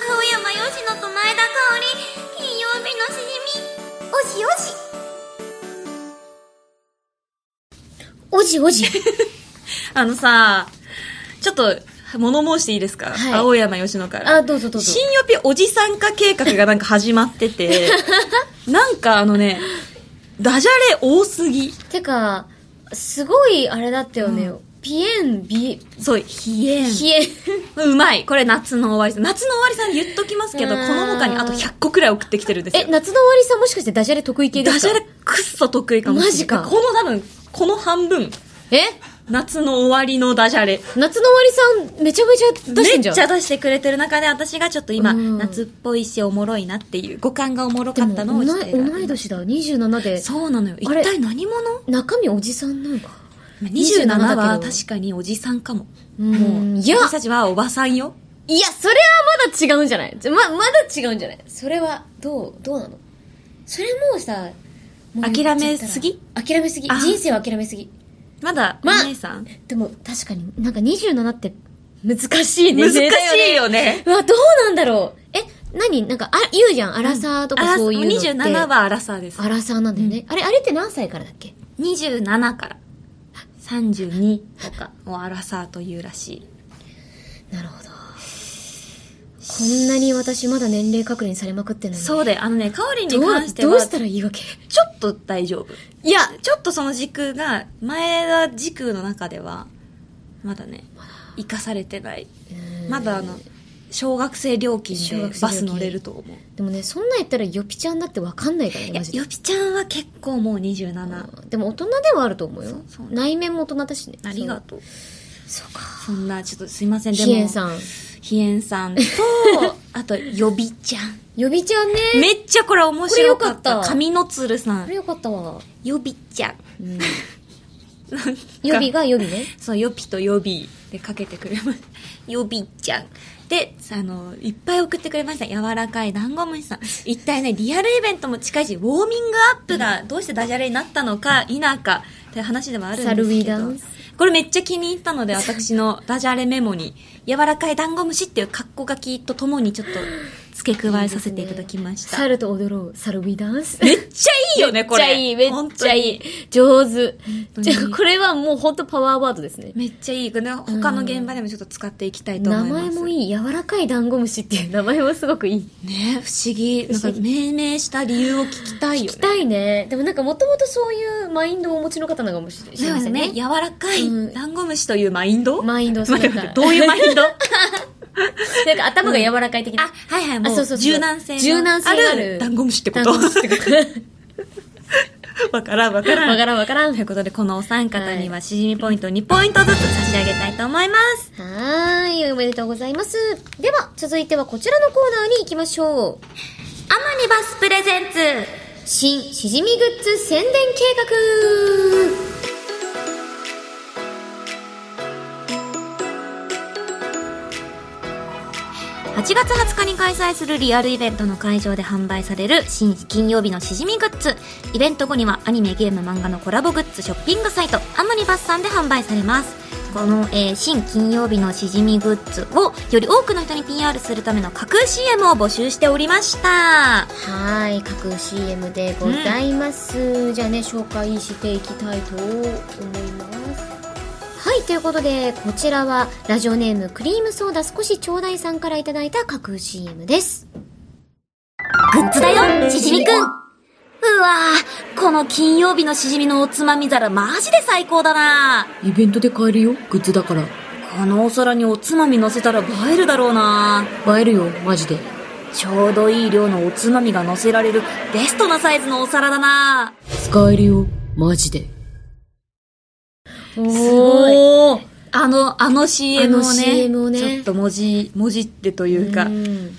Speaker 3: 青山よしのと前田香織金曜日のしじみおしおし
Speaker 2: おじおじ。
Speaker 1: あのさ、ちょっと物申していいですか、
Speaker 2: はい
Speaker 1: 青山よしのから。
Speaker 2: あ、どうぞどうぞ
Speaker 1: 新。予備おじさん化計画がなんか始まって て、なんかあのね、ダジャレ多すぎ。
Speaker 2: てか、すごいあれだったよね。
Speaker 1: う
Speaker 2: ピエン、ビ、
Speaker 1: そう、冷えん。
Speaker 2: ヒエン。
Speaker 1: うまい。これ夏の終わりさん。夏の終わりさん言っときますけど、
Speaker 2: う
Speaker 1: こ
Speaker 2: ん
Speaker 1: の他にあと100個くらい送ってきてるんです
Speaker 2: え、
Speaker 1: よ。
Speaker 2: 夏の終わりさんもしかしてダジャレ得意系で
Speaker 1: ダ
Speaker 2: す
Speaker 1: ジ
Speaker 2: か
Speaker 1: ャレくっそ得意かもしれない。
Speaker 2: マジか
Speaker 1: この多分、この半分、
Speaker 2: え
Speaker 1: 夏の終わりのダジャレ。
Speaker 2: 夏の終わりさんめちゃめちゃ出してんじゃん。
Speaker 1: めっちゃ出してくれてる中で、私がちょっと今、
Speaker 2: うん
Speaker 1: 夏っぽいし、おもろいなっていう、五感がおもろ
Speaker 2: で
Speaker 1: か
Speaker 2: も
Speaker 1: ったのをちょっと選んで
Speaker 2: 同い年だ。27で。
Speaker 1: そうなのよ。一
Speaker 2: あれ
Speaker 1: 体何者
Speaker 2: 中身おじさんなんか。
Speaker 1: ?27
Speaker 2: だけど
Speaker 1: は確かにおじさんかも。
Speaker 2: うんいや
Speaker 1: 私たちはおばさんよ。
Speaker 2: いや、それはまだ違うんじゃないじゃま、まだ違うんじゃないそれは、どう、どうなのそれもうさ、もう
Speaker 1: 諦めすぎ
Speaker 2: 諦めすぎ。
Speaker 1: あ
Speaker 2: 人生は諦めすぎ。
Speaker 1: まだ、お
Speaker 2: ま
Speaker 1: 姉さん。
Speaker 2: でも、確かになんか27って難しいね。
Speaker 1: 難しいよね。
Speaker 2: うわ、どうなんだろう。え、何なんか、あ、言うじゃん。アラサーとかそういうのって。
Speaker 1: あら27。はアラサーです
Speaker 2: ア。ラサーなんだよね。あれ、あれって何歳からだっけ
Speaker 1: 27から32とかをアラサーというらしい。
Speaker 2: なるほど。こんなに私まだ年齢確認されまくってんのに。
Speaker 1: そうで、あのね、かおりん
Speaker 2: ど
Speaker 1: に
Speaker 2: う
Speaker 1: 関して
Speaker 2: どう
Speaker 1: は、
Speaker 2: し
Speaker 1: ちょ
Speaker 2: たらいいわけ
Speaker 1: っと大丈夫。
Speaker 2: いや、
Speaker 1: ちょっとその時空が、前田時空の中では、まだね、生かされてない。まだあの、小学生料金
Speaker 2: 小学
Speaker 1: で
Speaker 2: 生料
Speaker 1: バ
Speaker 2: 金
Speaker 1: ス乗れると思う。
Speaker 2: でもね、そんなん言ったらヨピちゃんだってわかんないからね、
Speaker 1: いや
Speaker 2: マ、ジで
Speaker 1: よ。ぴちゃんは結構もう27。
Speaker 2: うんでも大人ではあると思うよ。
Speaker 1: そう
Speaker 2: 内面も大人だしね。
Speaker 1: ありがとう。
Speaker 2: そう。そうか。
Speaker 1: そんな、ちょっとすいません、でも。
Speaker 2: ヒエンさん。
Speaker 1: ヒエンさんと、あと、よびちゃ ん。
Speaker 2: ヨピちゃんね。
Speaker 1: めっちゃこれ面白かっ
Speaker 2: これ
Speaker 1: た。
Speaker 2: よかった
Speaker 1: 神の鶴さ
Speaker 2: こ
Speaker 1: ん
Speaker 2: れ。よかったわ。
Speaker 1: よびちゃん。
Speaker 2: うん。ヨビがヨビね。
Speaker 1: そう、よぴとよびでかけてくれました。よびちゃん。で、あの、いっぱい送ってくれました。柔らかいダンゴムシさん。一体ね、リアルイベントも近いし、ウォーミングアップがどうしてダジャレになったのか否かって話ではあるんですけど。
Speaker 2: サルウィダンス
Speaker 1: これめっちゃ気に入ったので、私のダジャレメモに、柔らかいダンゴムシっていう格好書きとともにちょっと付け加えさせていただきました。
Speaker 2: 猿と踊ろう、猿ビダンス。
Speaker 1: めっちゃいいよね、これ。
Speaker 2: めっちゃいい、めっちゃいい。上手。
Speaker 1: 当に
Speaker 2: じゃあこれはもうほんとパワーワードですね。
Speaker 1: めっちゃいい。これ他の現場でもちょっと使っていきたいと思
Speaker 2: 名
Speaker 1: います。
Speaker 2: 前も
Speaker 1: い。
Speaker 2: いい、柔らかいダンゴムシっていう名前もすごくいい。
Speaker 1: ね不思議。なん
Speaker 2: 不
Speaker 1: か
Speaker 2: 思議
Speaker 1: 命名した理由を聞きたいよ
Speaker 2: 聞き
Speaker 1: ね。
Speaker 2: たいね。でもなんかもともとそういうマインドをお持ちの方なのかもしれま
Speaker 1: そうで
Speaker 2: せ
Speaker 1: す
Speaker 2: ん
Speaker 1: ね。
Speaker 2: ね。
Speaker 1: 柔らか
Speaker 2: うん
Speaker 1: いダンゴムシというマインド、
Speaker 2: マインドを
Speaker 1: 待って待って、どういうマイン ドあ、
Speaker 2: なんか頭が柔らかい的な。
Speaker 1: はいはい、も
Speaker 2: あそうそう
Speaker 1: う
Speaker 2: そう
Speaker 1: 柔軟性の
Speaker 2: 柔軟性がある
Speaker 1: ダンゴムシってこ
Speaker 2: ダン
Speaker 1: と。
Speaker 2: ゴムシってこと
Speaker 1: わからんわからん。
Speaker 2: わからんわからん。
Speaker 1: という
Speaker 2: は
Speaker 1: ことで、このお三方にはしじみポイント2ポイントずつ差し上げたいと思います。
Speaker 2: ーい、おめでとうございます。では、続いてはこちらのコーナーに行きましょう。
Speaker 3: アムニバスプレゼンツ
Speaker 2: 新しじみグッズ宣伝計
Speaker 1: 8月20日に開催するリアルイベントの会場で販売される新金曜日のしじみグッズ。イベント後にはアニメ、ゲーム、漫画のコラボグッズショッピングサイトアムニバスさんで販売されます。この、えー新金曜日のしじみグッズをより多くの人に PR するための架空 CM を募集しておりました。
Speaker 2: 画はーい、架空 CM でございます。じゃあね、紹介していきたいと思います。はい、ということで、こちらは、ラジオネーム、クリームソーダ少しちょうだいさんからいただいた架空 CM です。
Speaker 1: グッズだよ、しじみくん。うわぁ、この金曜日のしじみのおつまみ皿マジで最高だな
Speaker 4: イベントで買えるよ、グッズだから。
Speaker 1: このお皿におつまみ乗せたら映えるだろうな
Speaker 4: 映えるよ、マジで。
Speaker 1: ちょうどいい量のおつまみが乗せられるベストなサイズのお皿だな
Speaker 4: 使えるよ、マジで。
Speaker 1: す
Speaker 2: い
Speaker 1: ごいあの、あの CM をね
Speaker 2: あの CM をね
Speaker 1: ちょっと文字、文字ってというか、
Speaker 2: うん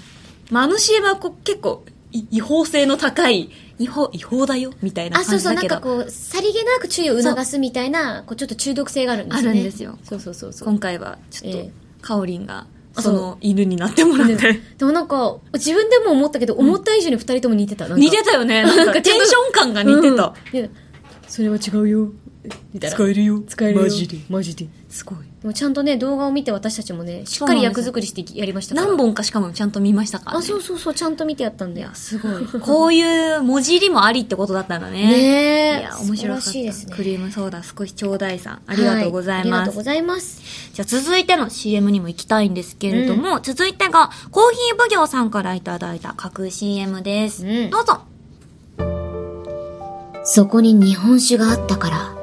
Speaker 1: まあ、あの CM はこう結構い違法性の高い、違法、違法だよみたいな
Speaker 2: あ、そ
Speaker 1: 感
Speaker 2: う
Speaker 1: じ
Speaker 2: そう、
Speaker 1: だ
Speaker 2: なん
Speaker 1: けど。
Speaker 2: かこう、さりげなく注意を促すみたいな、こう、ちょっと中毒性があるんですよね。
Speaker 1: あるんですよ
Speaker 2: そうそうそうそう。
Speaker 1: 今回はちょっ
Speaker 2: え
Speaker 1: と
Speaker 2: え、
Speaker 1: かおりんが、
Speaker 2: あ
Speaker 1: そ
Speaker 2: そ
Speaker 1: の犬になってもらって。
Speaker 2: でもなんか、自分でも思ったけど、思った以上に二人とも似てた。
Speaker 1: 似て
Speaker 2: た
Speaker 1: たよね。なんかテンション感が似てた。。
Speaker 2: うんでそれは違うよ。みたいな。
Speaker 1: えるよ。
Speaker 2: 使えるよ。
Speaker 1: マジで。
Speaker 2: マジで。です
Speaker 1: ごい。
Speaker 2: もちゃんとね、動画を見て私たちもね、しっ
Speaker 1: そうな
Speaker 2: か
Speaker 1: ん
Speaker 2: り
Speaker 1: ですよ
Speaker 2: 役作りしてやりましたから。
Speaker 1: 何本かしかもちゃんと見ましたから、ね。
Speaker 2: あ、そうそう そう、ちゃんと見てやったんだよ。
Speaker 1: すごい。こういう文字入りもありってことだったんだね。
Speaker 2: ねえ。
Speaker 1: いや、面白かっ
Speaker 2: 素晴ら
Speaker 1: た。
Speaker 2: しいですね。
Speaker 1: クリームソーダ少しちょうだいさん。ありがとうござい
Speaker 2: はありが
Speaker 1: ま
Speaker 2: とう
Speaker 1: す。
Speaker 2: ございます。
Speaker 1: じゃあ続いての CM にも行きたいんですけれども、続いてがコーヒー奉行さんからいただいた架空 CM です。
Speaker 2: うん
Speaker 1: どうぞ。
Speaker 2: そこに日本酒があったから、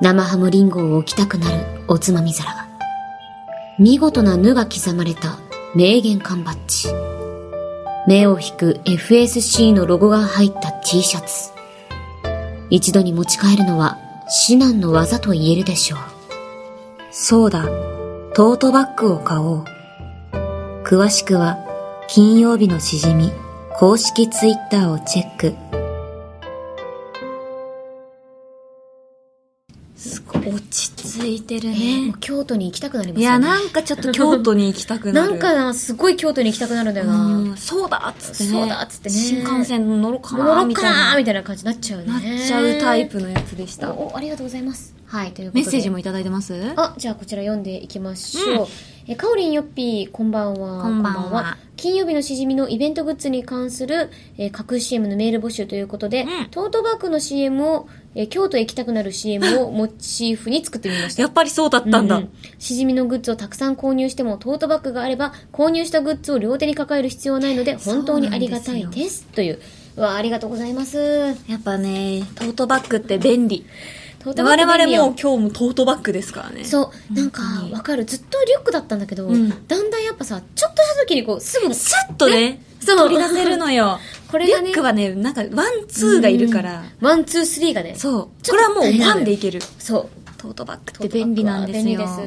Speaker 2: 生ハムリンゴを置きたくなるおつまみ皿が。見事なぬが刻まれた名言缶バッジ。目を引く FSC のロゴが入った T シャツ。一度に持ち帰るのは至難の技と言えるでしょう。
Speaker 1: そうだ、トートバッグを買おう。詳しくは、金曜日のしじみ、公式ツイッターをチェック。すごい、落ち着いてるね。
Speaker 2: 京都に行きたくなりま
Speaker 1: いや、なんかちょっと京都に行きたくなる。
Speaker 2: な、すごい京都に行きたくなるんだ
Speaker 1: うん、そうだっつってね。
Speaker 2: そうだっつってね
Speaker 1: 新幹線乗ろうかなみたいな。
Speaker 2: みたいな感じになっちゃうね
Speaker 1: なっちゃうタイプのやつでした。
Speaker 2: おおありがとうございます。はい、ということ
Speaker 1: メ
Speaker 2: で。
Speaker 1: ッセージもいただいてます
Speaker 2: あ、じゃあこちら読んでいきましょう。え、かおりんよっぴー、こんばんは。
Speaker 1: こんばんは
Speaker 2: 金曜日のしじみのイベントグッズに関する、えー、架空 CM のメール募集ということで、
Speaker 1: うん
Speaker 2: トートバッグの CM を、えー京都へ行きたくなる CM をモチーフに作ってみました。
Speaker 1: やっぱりそうだったんだ。
Speaker 2: ううしじみのグッズをたくさん購入してもトートバッグがあれば購入したグッズを両手に抱える必要はないので本当にありがたいですといううわありがとうございます
Speaker 1: やっぱね、トートバッグって便利。
Speaker 2: トートバッ
Speaker 1: 我
Speaker 2: グ便利
Speaker 1: 々も
Speaker 2: よ
Speaker 1: う今日もトートバッグですからね。う。
Speaker 2: そう、なんか
Speaker 1: 本当、に
Speaker 2: わかる。ずっとリュックだったんだけど、
Speaker 1: うん
Speaker 2: だんだんやっぱさ、ちょっとした時にこう、すぐ、
Speaker 1: スッとね、
Speaker 2: そう
Speaker 1: 取り出せるの よ。
Speaker 2: これ
Speaker 1: リ
Speaker 2: が
Speaker 1: ュ
Speaker 2: ね
Speaker 1: ック、はね、なんかワン、ツーがいるから、
Speaker 2: うんワン、ツー、スリーがね、
Speaker 1: そう。
Speaker 2: ち
Speaker 1: こ
Speaker 2: ょっ
Speaker 1: れ
Speaker 2: と
Speaker 1: はもうワンでいける。
Speaker 2: そう。
Speaker 1: トートバッグ
Speaker 2: ト
Speaker 1: っ
Speaker 2: ート
Speaker 1: て
Speaker 2: バッグ
Speaker 1: 便
Speaker 2: は
Speaker 1: 利なんですよ。
Speaker 2: 便利です。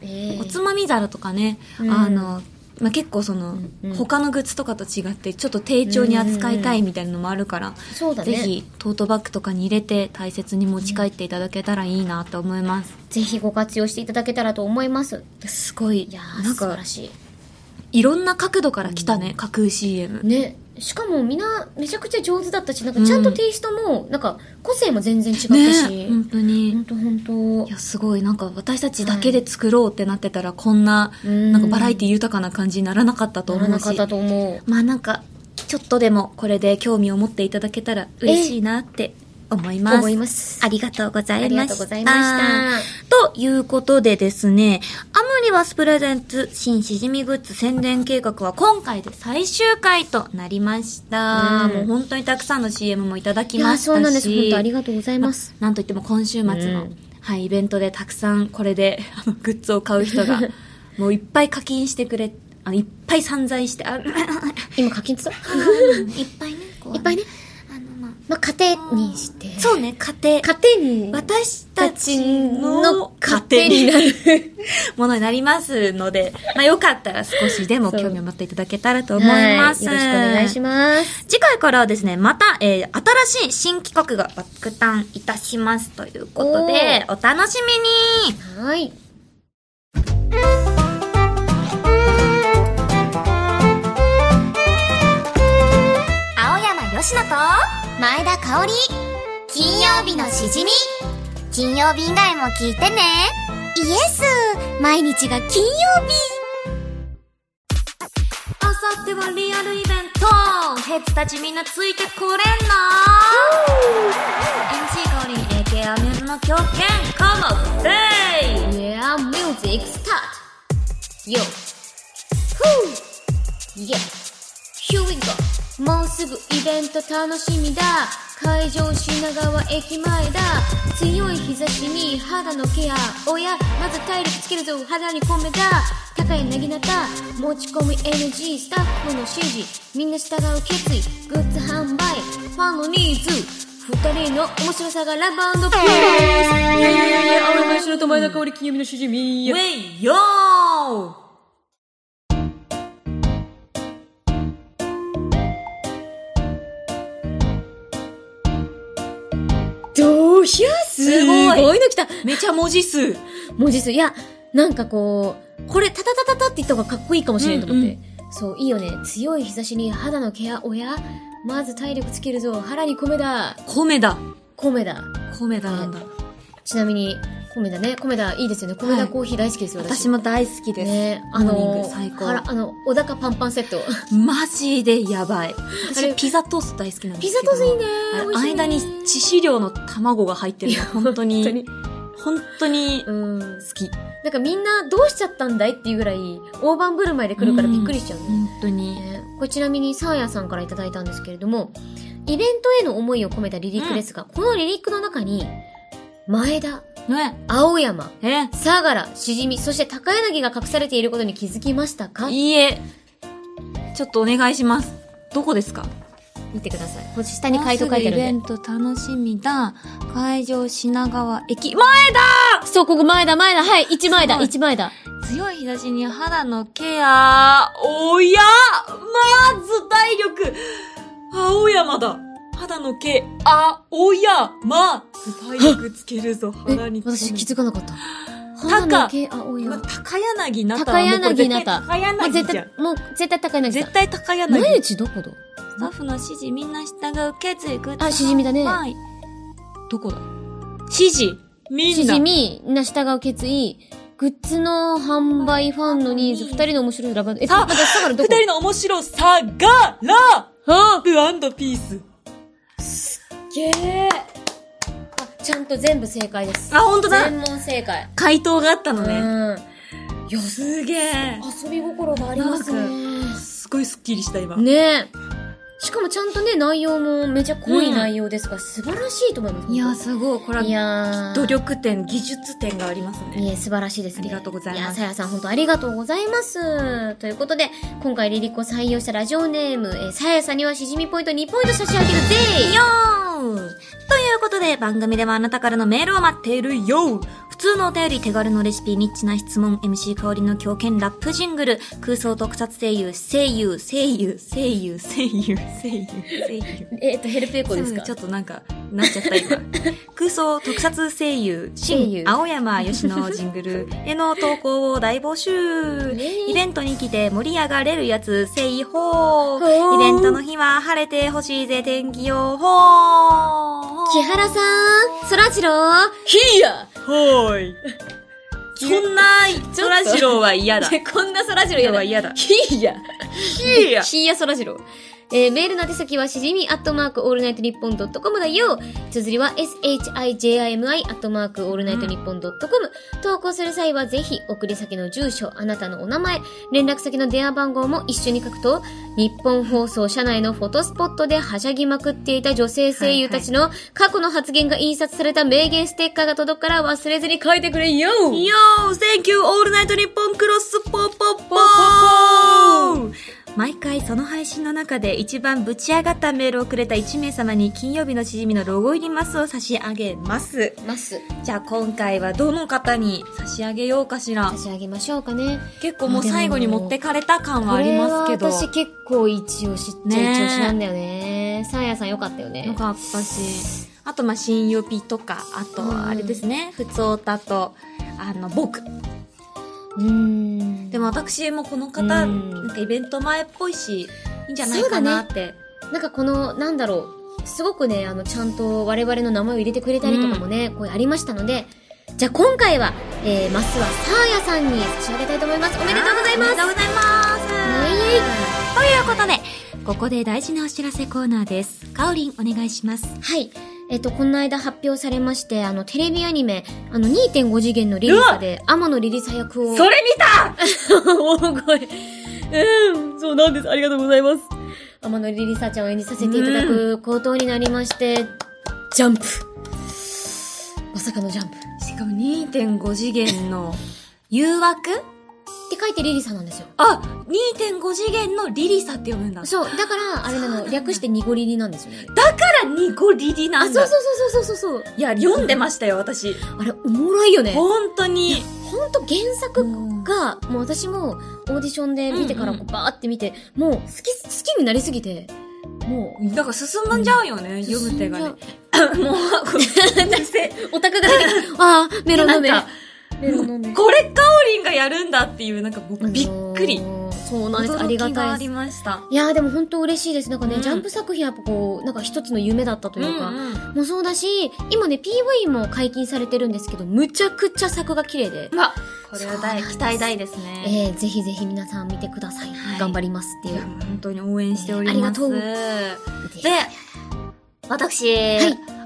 Speaker 2: えー
Speaker 1: おつまみ皿とかね、
Speaker 2: うん
Speaker 1: あの、まあ、結構その、
Speaker 2: んうん
Speaker 1: 他のグッズとかと違って、ちょっと丁重に扱いたいみたいなのもあるから、
Speaker 2: そうだね。
Speaker 1: ぜひトートバッグとかに入れて大切に持ち帰っていただけたらいいなと思います。
Speaker 2: ぜひご活用していただけたらと思います。
Speaker 1: すごい、
Speaker 2: いやー、
Speaker 1: なん
Speaker 2: 素晴、
Speaker 1: から
Speaker 2: し
Speaker 1: いろんな角度から来たね、架空 CM。
Speaker 2: い。ね。しかもみんなめちゃくちゃ上手だったし、なんかちゃんとテイストも、なんか個性も全然違ったし。
Speaker 1: 本当に。
Speaker 2: ほんとほんと。
Speaker 1: や、すごい。なんか私たちだけで作ろうってなってたら、こんな、なんかバラエティ豊かな感じにならなかったと思
Speaker 2: 乗らな
Speaker 1: う
Speaker 2: かっ。
Speaker 1: した
Speaker 2: と思う。
Speaker 1: まあなんか、ちょっとでもこれで興味を持っていただけたら嬉しいなって思います。
Speaker 2: 思います。
Speaker 1: ありがとうございました。。
Speaker 2: ありがとうございました
Speaker 1: ということでですね、アムリバスプレゼンツ新しじみグッズ宣伝計画は今回で最終回となりました。
Speaker 2: うん
Speaker 1: もう本当にたくさんの CM もいただき
Speaker 2: いや
Speaker 1: ましたし。
Speaker 2: そうなんです。本当ありがとうございます。
Speaker 1: なんといっても今週末の、
Speaker 2: うん
Speaker 1: はい、イベントでたくさんこれで あのグッズを買う人 が、もういっぱい課金してくれ、あのいっぱい散財して、あいっ
Speaker 2: 今課金 つった
Speaker 1: ぱいね、こう
Speaker 2: いっぱいね。
Speaker 1: あの、ま
Speaker 2: まあ、糧にして。
Speaker 1: あ、そうね、家庭。
Speaker 2: 糧に。
Speaker 1: 私たちの家庭
Speaker 2: 糧に
Speaker 1: に
Speaker 2: なる。
Speaker 1: ものになりますので、まあよかったら少しでも
Speaker 2: そう
Speaker 1: 興味を持っていただけたらと思います。
Speaker 2: はいよろしくお願いします。
Speaker 1: 次回からはですね、また、えー新しい新企画が爆誕いたしますということで、お楽しみに
Speaker 2: はい。
Speaker 3: 青山よしと前田香織金曜日のしじみ金曜日以外も聞いてねイエス毎日が金曜日
Speaker 1: あさってはリアルイベントヘッズたちみんなついてこれんの !MC 香り AK アミューズの狂犬カモレイ
Speaker 2: Yeah, music start! Yo! Whoo! Yeah! Here we go! もうすぐイベント楽しみだ会場品川駅前だ強い日差しに肌のケアおやまず体力つけるぞ肌に込めた高柳なた持ち込み NG スタッフの指示みんな従う決意グッズ販売ファンのニーズ二人の面白さがラブピース青山白と前田香織金曜日のしじみ
Speaker 1: ウェイヨー
Speaker 2: どうひゃすご
Speaker 1: す
Speaker 2: い
Speaker 1: ごい
Speaker 2: の来た
Speaker 1: めちゃ文字数
Speaker 2: 文字数いやなんかこうこれタタタタタって言った方がかっこいいかもしれんと思って、そういいよね強い日差しに肌のケアおやまず体力つけるぞ腹に米だ
Speaker 1: 米だ
Speaker 2: 米だ
Speaker 1: 米だなんだ
Speaker 2: ちなみに米だね米だいいですよね米
Speaker 1: は
Speaker 2: だ
Speaker 1: い
Speaker 2: コーヒー大好きですよ、
Speaker 1: 私も大好きです、
Speaker 2: ねあ
Speaker 1: モーニング
Speaker 2: の
Speaker 1: 最高
Speaker 2: 腹あのお腹パンパンセット
Speaker 1: マジでやばい
Speaker 2: あれ
Speaker 1: 私ピザトースト大好きなんで
Speaker 2: ピ
Speaker 1: す
Speaker 2: ザ
Speaker 1: けど
Speaker 2: トーストいいね
Speaker 1: あ
Speaker 2: 美
Speaker 1: れ
Speaker 2: 味しいね
Speaker 1: 間に致死量の卵が入ってるの本当
Speaker 2: 本当
Speaker 1: に
Speaker 2: に
Speaker 1: 本当に好
Speaker 2: うん
Speaker 1: き
Speaker 2: なんかみんなどうしちゃったんだいっていうぐらい大盤振る舞いで来るからびっくりしちゃうね、
Speaker 1: 本当に
Speaker 2: ねこれちなみにサーヤさんからいただいたんですけれども、イベントへの思いを込めたリリックですが、このリリックの中に、前田、
Speaker 1: ね
Speaker 2: 青山、
Speaker 1: え
Speaker 2: 相良、しじみ、そして高柳が隠されていることに気づきましたか
Speaker 1: いいえちょっとお願いしますどこですか
Speaker 2: 見てください。この下に回答書いてあ
Speaker 1: イベ
Speaker 2: るんで。
Speaker 1: ント楽しみだ会場品川駅前
Speaker 2: そう、ここ前だ、前だ、はい、一枚だ、一枚だ。
Speaker 1: 強い日差しに肌のケア、おやまず体力青山だ肌の毛、あ、おや、ま、ず体力つけるぞ、
Speaker 2: え
Speaker 1: 肌に、込め。
Speaker 2: 私気づかなかった。
Speaker 1: 高
Speaker 2: 花の毛青
Speaker 1: ま
Speaker 2: 山。
Speaker 1: 高柳なた
Speaker 2: 高柳なた
Speaker 1: もうこれ
Speaker 2: もう
Speaker 1: 絶対
Speaker 2: 絶
Speaker 1: 高柳じゃん。、
Speaker 2: 対もう絶対高柳さ
Speaker 1: 絶
Speaker 2: ん。
Speaker 1: 対高
Speaker 2: 毎
Speaker 1: 柳。
Speaker 2: 日どこだ
Speaker 1: スタッフの指示みんな従う決意、グッズ
Speaker 2: あ、しじみだね。
Speaker 1: はい。どこだ指示、みんな。
Speaker 2: しじみ、な従う決意、グッズの販売、ファンのニーズ、二人の面白いラバー、え、
Speaker 1: さ
Speaker 2: さ、待って、さからど
Speaker 1: 二
Speaker 2: こ
Speaker 1: 人の面白さが、ラ
Speaker 2: あ
Speaker 1: ブピース。
Speaker 2: げえ。あ、ちゃんと全部正解です。
Speaker 1: あ、ほんとだ
Speaker 2: 全問正解。
Speaker 1: 回答があったの
Speaker 2: うん。
Speaker 1: ね。
Speaker 2: いや、
Speaker 1: すげえ。
Speaker 2: 遊び心がありますね。
Speaker 1: すごいスッキリした今。
Speaker 2: ねえ。しかもちゃんとね、内容もめちゃ濃い内容ですから、素晴らしいと思います。
Speaker 1: いや、すごい。これ
Speaker 2: い
Speaker 1: は
Speaker 2: やー
Speaker 1: 努力点、技術点がありますね。
Speaker 2: いえ、素晴らしいですね。
Speaker 1: ありがとうございます
Speaker 2: いや、さやさん、本当ありがとうございます。ということで、今回リリコを採用したラジオネーム、えーさやさんにはしじみポイント2ポイント差し上げるぜ
Speaker 1: よーということで、番組ではあなたからのメールを待っているよ普通のお便り、手軽のレシピ、ニッチな質問、MC 香りの狂犬ラップジングル、空想特撮声優、声優、声優、声優、声優、声優、声優。
Speaker 2: えっと、ヘルペーコですか
Speaker 1: ちょっとなんか、なっちゃった 今空想特撮声優
Speaker 2: 声
Speaker 1: 新
Speaker 2: 優
Speaker 1: 青山よしのジングルへの投稿を大募集
Speaker 2: ねえ
Speaker 1: イベントに来て盛り上がれるやつせいほ
Speaker 2: ほー
Speaker 1: ーイベントの日は晴れてほしいぜ天気予報
Speaker 2: 木原さん、そらじろー。ひいや
Speaker 1: ほ ーいそんなそらジローは 嫌だ
Speaker 2: こんなそらじろやだ。
Speaker 1: 嫌だ
Speaker 2: ひいや
Speaker 1: ひいや
Speaker 2: ひいやそらじろう。えーメールの宛先はしじみアットマークオールナイトニッポンドットコムだよ。綴りは shijimi アットマークオールナイトニッポンドットコム。投稿する際はぜひ送り先の住所、あなたのお名前、連絡先の電話番号も一緒に書くと、日本放送社内のフォトスポットではしゃぎまくっていた女性声優たちの過去の発言が印刷された名言ステッカーが届くから忘れずに書いてくれよ
Speaker 1: Yo! Thank you! オールナイトニッポンクロスポポポー毎回その配信の中で一番ぶち上がったメールをくれた1名様に金曜日のしじみのロゴ入りマスを差し上げます。
Speaker 2: ます。
Speaker 1: じゃあ今回はどの方に差し上げようかしら
Speaker 2: 差。し上げましょうかね。
Speaker 1: 結構もう最後に持ってかれた感はありますけど。
Speaker 2: これは私
Speaker 1: よ
Speaker 2: 結構一押しっちゃ
Speaker 1: ねえ
Speaker 2: 一押しなんだよね。サーヤさんよかったよね。
Speaker 1: かったし。あとまあ新予備とか、あとはあれですね、普通歌と、あの、僕。
Speaker 2: うーん。
Speaker 1: でも私もこの方、
Speaker 2: うん
Speaker 1: なんかイベント前っぽいし、いいんじゃないかなって。
Speaker 2: なんかこの、なんだろう、すごくね、あの、ちゃんと我々の名前を入れてくれたりとかもね、こうありましたので、じゃあ今回は、えー、マスはサーヤさんに差し上げたいと思います。おめでとうございます。
Speaker 1: おめでとうございます
Speaker 2: イエイ
Speaker 1: ということで、ここで大事なお知らせコーナーです。かおりん、お願いします。
Speaker 2: はい。えっと、この間発表されまして、あの、テレビアニメ、あの、2.5次元のリリサで、天野リリサ役
Speaker 1: れ
Speaker 2: を。
Speaker 1: 見た
Speaker 2: 大声。うん、そうなんです。ありがとうございます。天野りりさちゃんを演じさせていただくことになりまして、ジャンプ。まさかのジャンプ。っ
Speaker 1: しかも2.5次元の誘惑
Speaker 2: て書いてリリさなんですよ。
Speaker 1: あ、2.5次元のリリサって呼ぶんだ。
Speaker 2: そう、だから、あれな
Speaker 1: そうなん
Speaker 2: の、
Speaker 1: だ
Speaker 2: 略してニゴリリなんですよね。
Speaker 1: だからニコリリな
Speaker 2: あ、そ
Speaker 1: ん
Speaker 2: う
Speaker 1: だ。
Speaker 2: そうそうそうそうそう。
Speaker 1: いや、読んでましたよ、私。
Speaker 2: あれ、おもろいよね。ほ
Speaker 1: 本当に。
Speaker 2: んと原作が、もう私も、オーディションで見てから
Speaker 1: うんうん
Speaker 2: こうバーって見て、もう、好き、好きになりすぎて、もう、
Speaker 1: なんか進んじゃうよね、読む手がね。 もう、これ、
Speaker 2: オタクが出てきて、 あー、メロン飲め
Speaker 1: なんか。
Speaker 2: メロン飲め。
Speaker 1: これかおりんがやるんだっていう、なんかもうびっくり
Speaker 2: あ。のーそうなんです。あり
Speaker 1: 驚
Speaker 2: が
Speaker 1: きが
Speaker 2: た
Speaker 1: あ
Speaker 2: いで
Speaker 1: り
Speaker 2: す。
Speaker 1: ました。
Speaker 2: いやーでも本当嬉しいです。なんかね、
Speaker 1: うん
Speaker 2: ジャンプ作品はやっぱこう、なんか一つの夢だったというか、
Speaker 1: うんうん
Speaker 2: もうそうだし、今ね、PV も解禁されてるんですけど、むちゃくちゃ作画綺麗で、
Speaker 1: まあ、これは大期待大ですね。
Speaker 2: えー、ぜひぜひ皆さん見てください。
Speaker 1: はい
Speaker 2: 頑張りますって
Speaker 1: い
Speaker 2: い
Speaker 1: や
Speaker 2: う。
Speaker 1: 本当に応援しております。
Speaker 2: あり
Speaker 1: で、私、
Speaker 2: い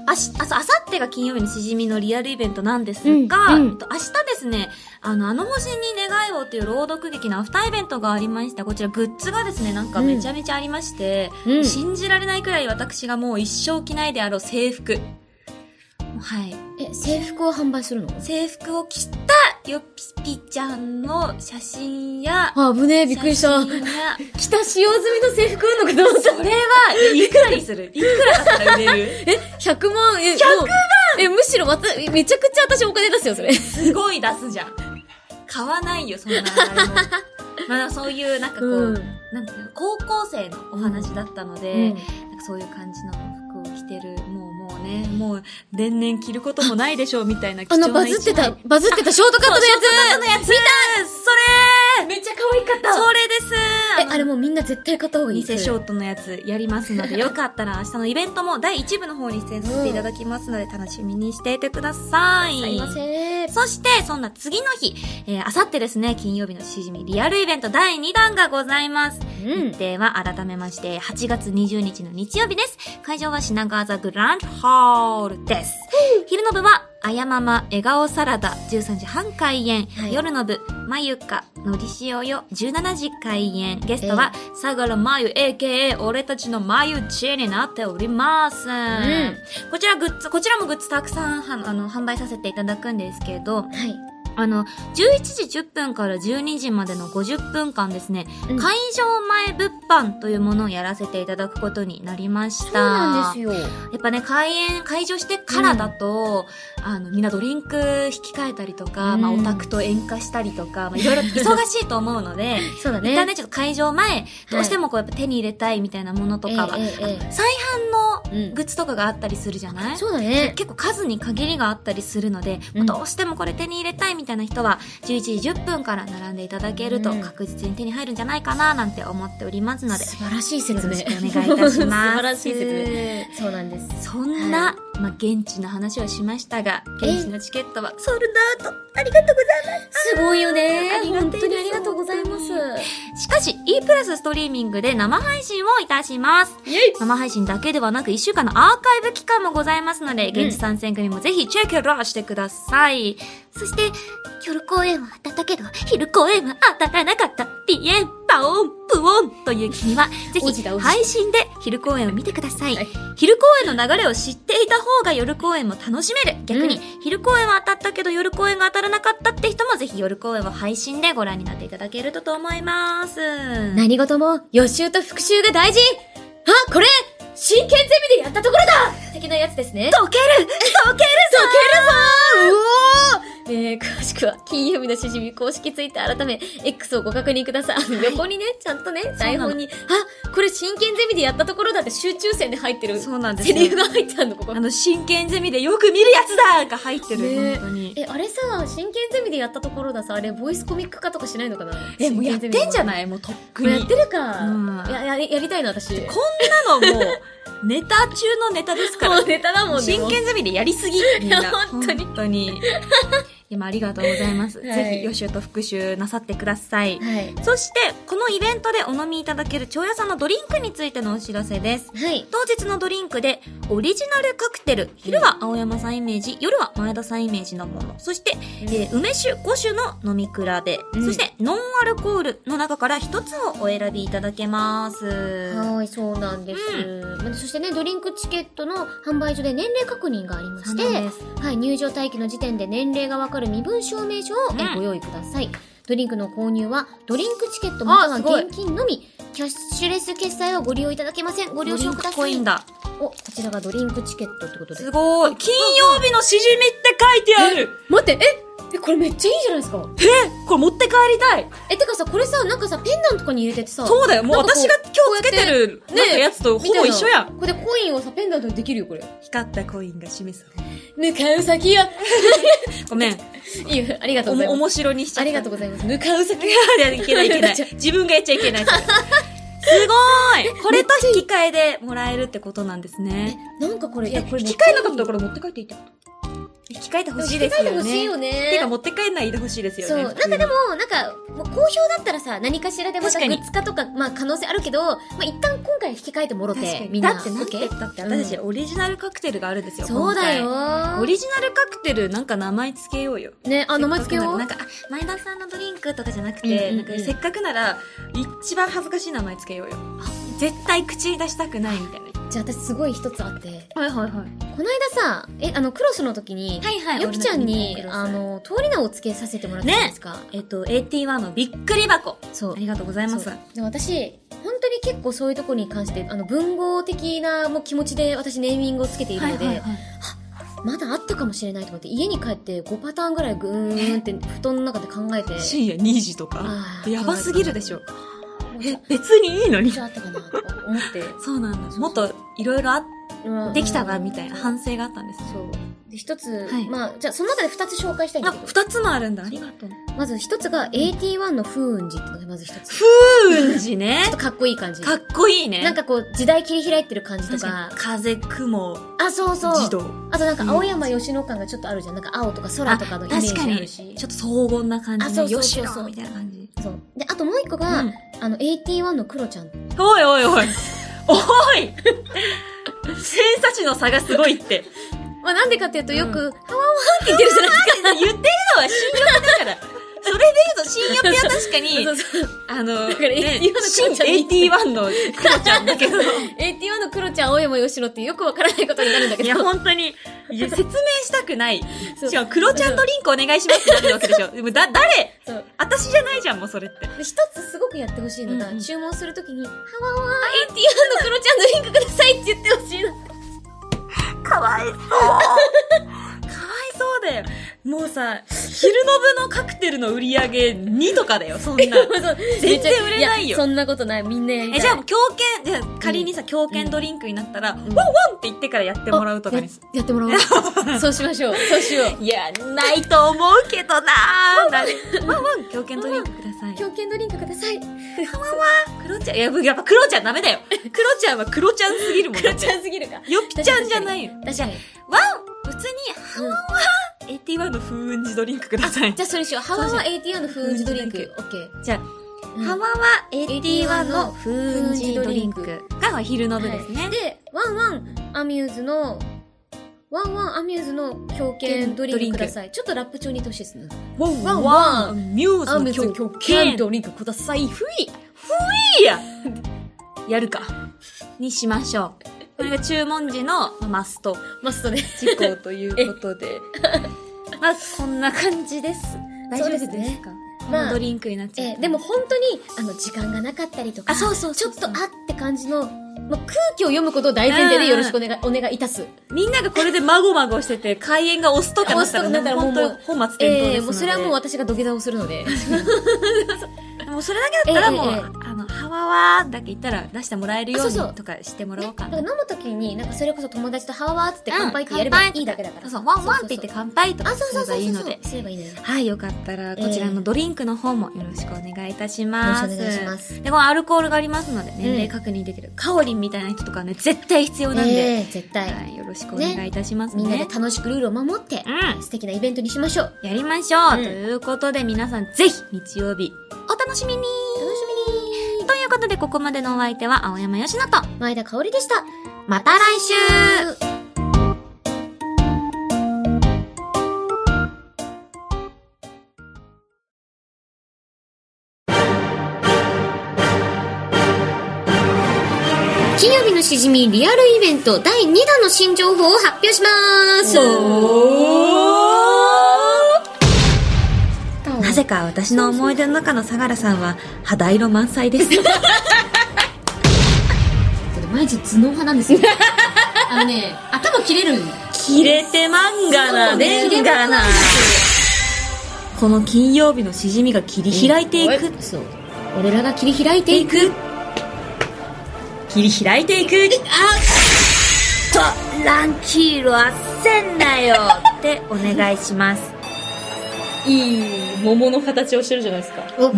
Speaker 1: あし、あさってが金曜日のしじみのリアルイベントなんですが、
Speaker 2: うんうん
Speaker 1: えっと明日ですね、あの、あの星に願いをという朗読劇のアフターイベントがありました。こちらグッズがですね、なんかめちゃめちゃありまして、
Speaker 2: うん
Speaker 1: 信じられないくらい私がもう一生着ないであろう制服。はい。
Speaker 2: え、制服を販売するの
Speaker 1: 制服を着たよぴぴちゃんの写真や、
Speaker 2: あ、ぶねえ、びっくりした。
Speaker 1: 写真や
Speaker 2: 着た使用済みの制服売るのかと思
Speaker 1: そ
Speaker 2: っ
Speaker 1: れはいくらにするいくらだったら売れる
Speaker 2: た。え、100万、え、100万え、むしろまた、えめちゃくちゃ私お金出すよ、それ。
Speaker 1: すごい出すじゃん。買わないよ、そんな誰も。まあそういう、なんかこう、
Speaker 2: うん
Speaker 1: なんていうの高校生のお話だったので、
Speaker 2: うん
Speaker 1: なんかそういう感じの服を着てる、もうもうね、もう、年々着ることもないでしょう、みたいな貴
Speaker 2: あ
Speaker 1: 重な
Speaker 2: の、バズってた
Speaker 1: 一枚、
Speaker 2: バズってたショートカットのや
Speaker 1: そうショートカットのやつ見たそれ
Speaker 2: つめっちゃ可愛かっ
Speaker 1: それです
Speaker 2: え、あれもうみんな絶対買った方がいい。
Speaker 1: 偽ショートのやつやりますの で、よかったら明日のイベントも第1部の方に出演させていただきますので、楽しみにしていてください。
Speaker 2: すいません。
Speaker 1: そして、そんな次の日、えー、あさってですね、金曜日のしじみリアルイベント第2弾がございます。
Speaker 2: うん
Speaker 1: 日程は改めまして、8月20日の日曜日です。会場は品川ザグランドホールです。昼の部は、あやまま、笑顔サラダ、13時半開演。
Speaker 2: はい
Speaker 1: 夜の部、まゆか、のりしおよ、17時開演。ゲストは、相良まゆ、AKA、俺たちのまゆちになっております。こちらグッズ、こちらもグッズたくさんはあの販売させていただくんですけど、
Speaker 2: はい。
Speaker 1: あの、11時10分から12時までの50分間ですね、
Speaker 2: うん
Speaker 1: 会場前物販というものをやらせていただくことになりました。
Speaker 2: そうなんです
Speaker 1: よ。
Speaker 2: よ。
Speaker 1: やっぱね、開演、会場してからだと、あの、みんなドリンク引き換えたりとか、
Speaker 2: うん
Speaker 1: まあ、オタクと演歌したりとか、まあ、いろい ろ忙しいと思うので、
Speaker 2: そうだ
Speaker 1: 一旦
Speaker 2: ね。
Speaker 1: ね、ちょっと会場前、どうしてもこう、やっぱ手に入れたいみたいなものとかは、
Speaker 2: ええええええ
Speaker 1: 再販の
Speaker 2: うん
Speaker 1: グッズとかがあったりするじゃない
Speaker 2: そうだね。
Speaker 1: 結構数に限りがあったりするので、
Speaker 2: うん
Speaker 1: どうしてもこれ手に入れたいみたいな人は11時10分から並んでいただけると
Speaker 2: うん
Speaker 1: 確実に手に入るんじゃないかななんて思っておりますので、
Speaker 2: 素晴らしい説明。
Speaker 1: よろしくお願いいたします
Speaker 2: 素晴らしい説明。そうなんです。
Speaker 1: そんな、
Speaker 2: は
Speaker 1: まあ、現地の話をしましたが
Speaker 2: え
Speaker 1: 現地のチケットは
Speaker 2: ソルダート、ありがとうございます。すごいよね
Speaker 1: ありがたい
Speaker 2: 本
Speaker 1: です
Speaker 2: 当にありがとうございます。
Speaker 1: しかし E プラスストリーミングで生配信をいたします
Speaker 2: イェイ
Speaker 1: 生配信だけではなく1週間のアーカイブ期間もございますので、現地参戦組もぜひチェックラーしてください。
Speaker 3: そして、夜公演は当たったけど、昼公演は当たらなかった。
Speaker 1: ピエン、パオン、プオンという君は、ぜ
Speaker 2: 王子だ王
Speaker 1: ひ
Speaker 2: 子
Speaker 1: 配信で昼公演を見てください。
Speaker 2: はい
Speaker 1: 昼公演の流れを知っていた方が夜公演も楽しめる。逆に、
Speaker 2: うん
Speaker 1: 昼公演は当たったけど夜公演が当たらなかったって人もぜひ夜公演を配信でご覧になっていただけるとと思います。
Speaker 2: 何事も予習と復習が大事あ、これ真剣ゼミでやったところだ的なやつですね。
Speaker 1: 溶ける溶ける
Speaker 2: うおーえー、詳しくは、金曜日のしじみ公式ツイッター改め、X をご確認ください。あの横にね、ちゃんとね、台本に、あ、これ真剣ゼミでやったところだって集中線で入ってる。
Speaker 1: そうなんです
Speaker 2: セ
Speaker 1: よ
Speaker 2: リフが入ってあるの、ここ
Speaker 1: あ。の、真剣ゼミでよく見るやつだが入ってる、
Speaker 2: ね
Speaker 1: 本当に。
Speaker 2: え、あれさ、真剣ゼミでやったところださ、あれ、ボイスコミック化とかしないのかな
Speaker 1: え、もうやってんじゃ
Speaker 2: い
Speaker 1: ないもうとっく
Speaker 2: もう
Speaker 1: に。
Speaker 2: やってるか。
Speaker 1: うん
Speaker 2: いや、や、やりたいな、私。
Speaker 1: こんなのもう、ネタ中のネタですから
Speaker 2: もうネタだもんね。
Speaker 1: 真剣ゼミでやりすぎみん
Speaker 2: いや
Speaker 1: な
Speaker 2: 本当 に
Speaker 1: 本当にでもありがとうござい ます、
Speaker 2: はい
Speaker 1: ぜひ予習と復習なさってください、
Speaker 2: はい。
Speaker 1: そしてこのイベントでお飲みいただける蝶屋さんのドリンクについてのお知らせです
Speaker 2: はい。
Speaker 1: 当日のドリンクでオリジナルカクテル昼は青山さんイメージ夜は前田さんイメージのものそして、えー梅酒5種の飲み比べ、
Speaker 2: うん
Speaker 1: そしてノンアルコールの中から1つをお選びいただけます
Speaker 2: はい、そうなんです、まあそしてね、ドリンクチケットの販売所で年齢確認がありま
Speaker 1: そう
Speaker 2: し
Speaker 1: なん
Speaker 2: て
Speaker 1: で、す
Speaker 2: はい、入場待機の時点で年齢がわかる身分証明書をえ
Speaker 1: うん
Speaker 2: ご用意ください。ドリンクの購入は、ドリンクチケットまたは
Speaker 1: あすごい
Speaker 2: 現金のみ、キャッシュレス決済はご利用いただけません。ご
Speaker 1: ご
Speaker 2: 了
Speaker 1: 了
Speaker 2: 承
Speaker 1: 承
Speaker 2: く
Speaker 1: く
Speaker 2: だ
Speaker 1: だ
Speaker 2: さ
Speaker 1: さ
Speaker 2: い。
Speaker 1: いんだ
Speaker 2: お、こちらがドリンクチケットってことです
Speaker 1: す。ごい金曜日のしじみって書いてある
Speaker 2: 待って、ええ、これめっちゃいいじゃないですか。
Speaker 1: これ持って帰りたい
Speaker 2: え、てかさ、これさ、なんかさ、ペンダントとかに入れててさ、
Speaker 1: そうだよもう
Speaker 2: なんかこ
Speaker 1: 私
Speaker 2: う
Speaker 1: が今日つけてる
Speaker 2: うやってね
Speaker 1: なんかやつとほぼ一緒やん
Speaker 2: これでコインをさ、ペンダントにできるよ、これ。
Speaker 1: 光ったコインが示す
Speaker 2: 向かう先は、
Speaker 1: ごめん
Speaker 2: いいよ、ありがとう
Speaker 1: お
Speaker 2: ござい
Speaker 1: も
Speaker 2: ます。
Speaker 1: 面白にしちゃった
Speaker 2: ありがとうございます。向かう先
Speaker 1: いやいやいけないいけない 自分がやっちゃいけないそれすごーいこれと引き換えでもらえるってことなんですね
Speaker 2: なんかこれ、
Speaker 1: いやこれ引き換えなかったらこれ持って帰っていいってこと引き換えてほしいですよね
Speaker 2: 引き換えてほしいよね。
Speaker 1: てか持って帰んないでほしいですよ
Speaker 2: そう。
Speaker 1: ね
Speaker 2: なん
Speaker 1: 普通
Speaker 2: か
Speaker 1: に
Speaker 2: でも、なんか、もう好評だったらさ、何かしらでまた
Speaker 1: 確か
Speaker 2: グ
Speaker 1: に
Speaker 2: ッズ化とか、まあ可能性あるけど、まあ一旦今回引き換えてもろ
Speaker 1: 確か
Speaker 2: て、
Speaker 1: に
Speaker 2: みんな、
Speaker 1: だってなんて
Speaker 2: OK？
Speaker 1: だって私たちオリジナルカクテルがあるんですよ
Speaker 2: そう
Speaker 1: 今
Speaker 2: だ
Speaker 1: 回
Speaker 2: よ
Speaker 1: オ。リジナルカクテルなんか名前つけようよ。
Speaker 2: ね、あ、名前付けよう。
Speaker 1: なんか、あ前田さんのドリンクとかじゃなく
Speaker 2: うんうん
Speaker 1: て、
Speaker 2: うん
Speaker 1: なんかせっかくなら、一番恥ずかしい名前つけようよ。絶対口に出したくないみたいな。
Speaker 2: じゃあ私すごい一つあって、
Speaker 1: はいはいはい。
Speaker 2: この間さ、え、あの、クロスの時に、
Speaker 1: はいはい。
Speaker 2: よきちゃんに
Speaker 1: 俺、の
Speaker 2: あ
Speaker 1: ドリンク
Speaker 2: の、通り名をつけさせてもらったじゃないですか。
Speaker 1: えっと、AT1 のびっくり箱。
Speaker 2: そう
Speaker 1: あ。りがとうございます。
Speaker 2: そうで私本当に結構そういうとこに関してあの文豪的なもう気持ちで私ネーミングをつけているので、まだあったかもしれないと思って家に帰って5パターンぐらいぐーんって布団の中で考えて
Speaker 1: 深夜2時とか。
Speaker 2: あー
Speaker 1: やばすぎるでしょ。
Speaker 2: もうち
Speaker 1: え
Speaker 2: ょ、
Speaker 1: 別にいいのに
Speaker 2: ち。ょっとあったかなとか思って
Speaker 1: そうなんだ。もっといろいろあっ
Speaker 2: う ん
Speaker 1: できたわ、みたいな
Speaker 2: そう
Speaker 1: 反省があったんです。
Speaker 2: で一つ、
Speaker 1: はい
Speaker 2: まあじゃあその中で二つ紹介したいんだ
Speaker 1: あ、
Speaker 2: けど
Speaker 1: 二つもあるんだ。ありがとう。
Speaker 2: まず一つが AT1 の風雲児ってのがまず一つちょ
Speaker 1: 風雲寺ね
Speaker 2: っと。かっこいい感じ
Speaker 1: かっこいいね。
Speaker 2: なんかこう時代切り開いてる感じと
Speaker 1: 確か
Speaker 2: か
Speaker 1: に風、雲、
Speaker 2: あそうそう
Speaker 1: 児童。
Speaker 2: あとなんか青山吉野感がちょっとあるじゃん。なんか青とか空とかのイメージあるし。
Speaker 1: ちょっと荘厳な感
Speaker 2: あ
Speaker 1: じ
Speaker 2: そう
Speaker 1: の、
Speaker 2: そう
Speaker 1: よ
Speaker 2: そ
Speaker 1: し
Speaker 2: うそう
Speaker 1: ろみたいな感じ。
Speaker 2: そう。で、あともう一個が、
Speaker 1: うん
Speaker 2: あの、AT1 のクロちゃん。
Speaker 1: おいおいおい。おい偏差値の差がすごいって。
Speaker 2: まあなんでかっていうと
Speaker 1: よく、
Speaker 2: ハワワって 言ってるじゃな い
Speaker 1: 言ってるのは新欲だから。それで言うと、新欲は確かに、
Speaker 2: そうそう。
Speaker 1: あの、
Speaker 2: から
Speaker 1: ね
Speaker 2: AT1 の
Speaker 1: 新
Speaker 2: クロちゃんに
Speaker 1: AT1 のクロちゃんだけど。
Speaker 2: AT1 のクロちゃん、青山吉野ってよくわからないことになるんだけ
Speaker 1: い
Speaker 2: ど。
Speaker 1: や、本当に、い や説明したくない。
Speaker 2: そう
Speaker 1: しかも、クロちゃんドリンクお願いしますってなるわけでしょ。でもだ、誰
Speaker 2: そう
Speaker 1: 私じゃないじゃん、もうそれって。
Speaker 2: で一つすごくやってほしいのが、
Speaker 1: うんうん
Speaker 2: 注文するときに、ハワワー AT1 のクロちゃんドリンク くださいって言ってほしいの。
Speaker 1: かわいそう。かわいそうだだよ。もうさ、昼の部のカクテルの売り上げ2とかだよ、そ んな。全然売れないよ
Speaker 2: やそんなことない、みんなやりたい。
Speaker 1: え、じゃあ、狂犬、じゃあ仮にさ、狂犬ドリンクになったら、ワンワンって言ってからやってもらうとかにす
Speaker 2: ややってもらおう。 そうしましょう。そうしよう。
Speaker 1: いや、ないと思うけどなぁ。だってワンワン、狂犬ドリンクください。
Speaker 2: 狂犬ドリンクください。
Speaker 1: クロちゃん、いや、やっぱクロちゃんダメだよ。クロちゃんはクロちゃんすぎるもんだって。
Speaker 2: ちゃんすぎるか。
Speaker 1: よぴちゃんじゃないよ。
Speaker 2: 確かに。
Speaker 1: ワン、普通に、
Speaker 2: うん
Speaker 1: 81の風雲児ドリンクください。
Speaker 2: じゃあそれしよう。ハワイは ATR の風雲児ドリンク。オッケー。
Speaker 1: じゃあ、
Speaker 2: うん
Speaker 1: ハワは81の風雲児ドリンクがお昼の部ですね。
Speaker 2: で、ワンワンアミューズの、ワンワンアミューズの狂犬ドリンクください。ちょっとラップ調にいってほしいですね。
Speaker 1: ワン
Speaker 2: ワン
Speaker 1: ワン、ミューズの狂犬
Speaker 2: リンクください。ふい
Speaker 1: ややるか。にしましょう。これが注文時のマスト
Speaker 2: マストで。
Speaker 1: 事項ということで。 まあ、こんな感じです。大丈夫です
Speaker 2: そうですね
Speaker 1: か
Speaker 2: まあ
Speaker 1: ドリンクになっちゃう
Speaker 2: え、でも、本当に、あの、時間がなかったりとか、
Speaker 1: あ、そうそう
Speaker 2: ち
Speaker 1: そ
Speaker 2: ょ
Speaker 1: う
Speaker 2: っ
Speaker 1: そう
Speaker 2: とあって感じの、まあ、空気を読むことを大前提でよろしくお願い、お願いいたす。
Speaker 1: みんながこれでまごまごしてて、開演が押すとかなったら、
Speaker 2: 押すとかなったらもう
Speaker 1: 本当に本末転倒で
Speaker 2: ええ
Speaker 1: すので。
Speaker 2: もうそれはもう私が土下座をす るので。
Speaker 1: もうそれだけだったらもう、
Speaker 2: ええええ
Speaker 1: あの、ハワワだけ言ったら出してもらえるよう
Speaker 2: あそうそ
Speaker 1: に
Speaker 2: う
Speaker 1: とかしても
Speaker 2: ね、
Speaker 1: らお
Speaker 2: だ
Speaker 1: うかな。
Speaker 2: から飲むときに、なんかそれこそ友達とハワワーっつって乾杯ってやればいいだけだから。
Speaker 1: そうそう、ワンワンって言って
Speaker 2: そう
Speaker 1: 乾杯とか
Speaker 2: そうそう。あ、そうそう
Speaker 1: すれ
Speaker 2: そ
Speaker 1: ば
Speaker 2: うそう。
Speaker 1: いいので。
Speaker 2: すればいいのよ。
Speaker 1: はい、よかったら、こちらのドリンクの方もよろしくお願いいたし
Speaker 2: よ
Speaker 1: ます。
Speaker 2: ろしくお願いします。
Speaker 1: で、このアルコールがありますので、年齢確認できる。カオリンみたいな人とかね、絶対必要なんで、
Speaker 2: ええ絶対、
Speaker 1: はい、よろしくお願いいたします
Speaker 2: みんなで
Speaker 1: ね。
Speaker 2: 楽しくルールを守って、
Speaker 1: うん
Speaker 2: 素敵なイベントにしましょう。
Speaker 1: やりましょう、
Speaker 2: うん
Speaker 1: ということで、皆さん、ぜひ、日曜日、お楽しみに
Speaker 2: 楽しみに
Speaker 1: ということで、ここまでのお相手は、青山よしと、
Speaker 2: 前田香織でした。
Speaker 1: また来週
Speaker 2: 金曜日のしじみリアルイベント第2弾の新情報を発表します
Speaker 1: なぜか私の思い出の中の相良さんは肌色満載です。
Speaker 4: これ毎日頭脳派なん ですよ。あのね、頭切れる。
Speaker 1: 切れてマンガ
Speaker 4: なレンガな。
Speaker 1: この金曜日のしじみが切り開いていく。
Speaker 4: そう。俺らが切り開いていく。
Speaker 1: 切り開いていく。あと、ランキールあっせんなよってお願いします。
Speaker 4: いい桃の形をしてるじゃないですか。
Speaker 1: 桃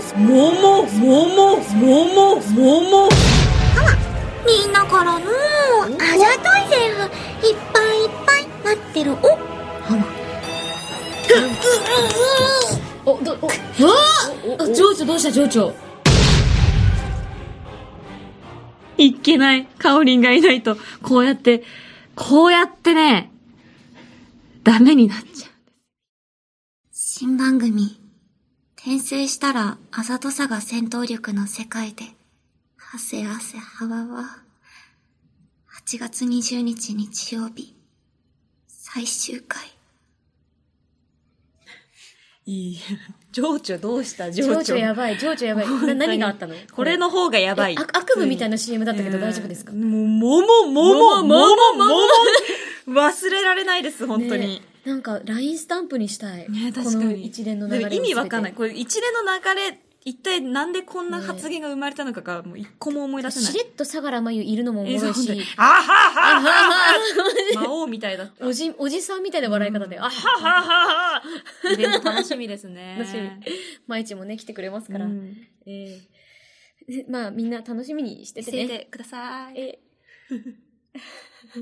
Speaker 1: 桃桃桃桃桃
Speaker 3: みんなからの、あじゃトイレがいっぱいいっぱい待ってる。おっ
Speaker 4: お、ど、お、あ情緒どうした情緒。
Speaker 1: いけない。カオリンがいないと、こうやって、こうやってね、ダメになっちゃう。
Speaker 3: 新番組、転生したらあざとさが戦闘力の世界で、汗汗はわわ。8月20日日曜日、最終回。
Speaker 1: いい。情緒どうした情
Speaker 2: 情緒やばい情緒やばい
Speaker 1: 本当
Speaker 2: な
Speaker 1: に
Speaker 2: 何があったの
Speaker 1: これの方がやばい。
Speaker 2: え悪悪夢みたい
Speaker 1: な
Speaker 2: な CM だったけど大丈夫ですか
Speaker 1: もう、桃、桃、桃、
Speaker 2: 桃桃
Speaker 1: 桃忘れられないです、本当に
Speaker 2: ね。えなんか LINE スタンプにしたい
Speaker 1: ね
Speaker 2: こ
Speaker 1: 確かに
Speaker 2: の一連の流れを
Speaker 1: 意味わかんない。
Speaker 2: 全て
Speaker 1: これ一連の流れ、一体なんでこんな発言が生まれたのかが、もう一個も思い出せない
Speaker 2: し。れっと相良真由いるのもおも
Speaker 1: え
Speaker 2: ろ
Speaker 1: そう
Speaker 2: い
Speaker 1: 本当に
Speaker 2: し
Speaker 1: あはははは魔王みたいだった。
Speaker 2: おじおじさんみたいな笑い方であ
Speaker 1: ははははイベント楽しみですね。
Speaker 2: 楽しみ毎日もね来てくれますから
Speaker 1: うん
Speaker 2: え えまあみんな楽しみにしてて
Speaker 1: して
Speaker 2: ね
Speaker 1: てください。
Speaker 2: ええ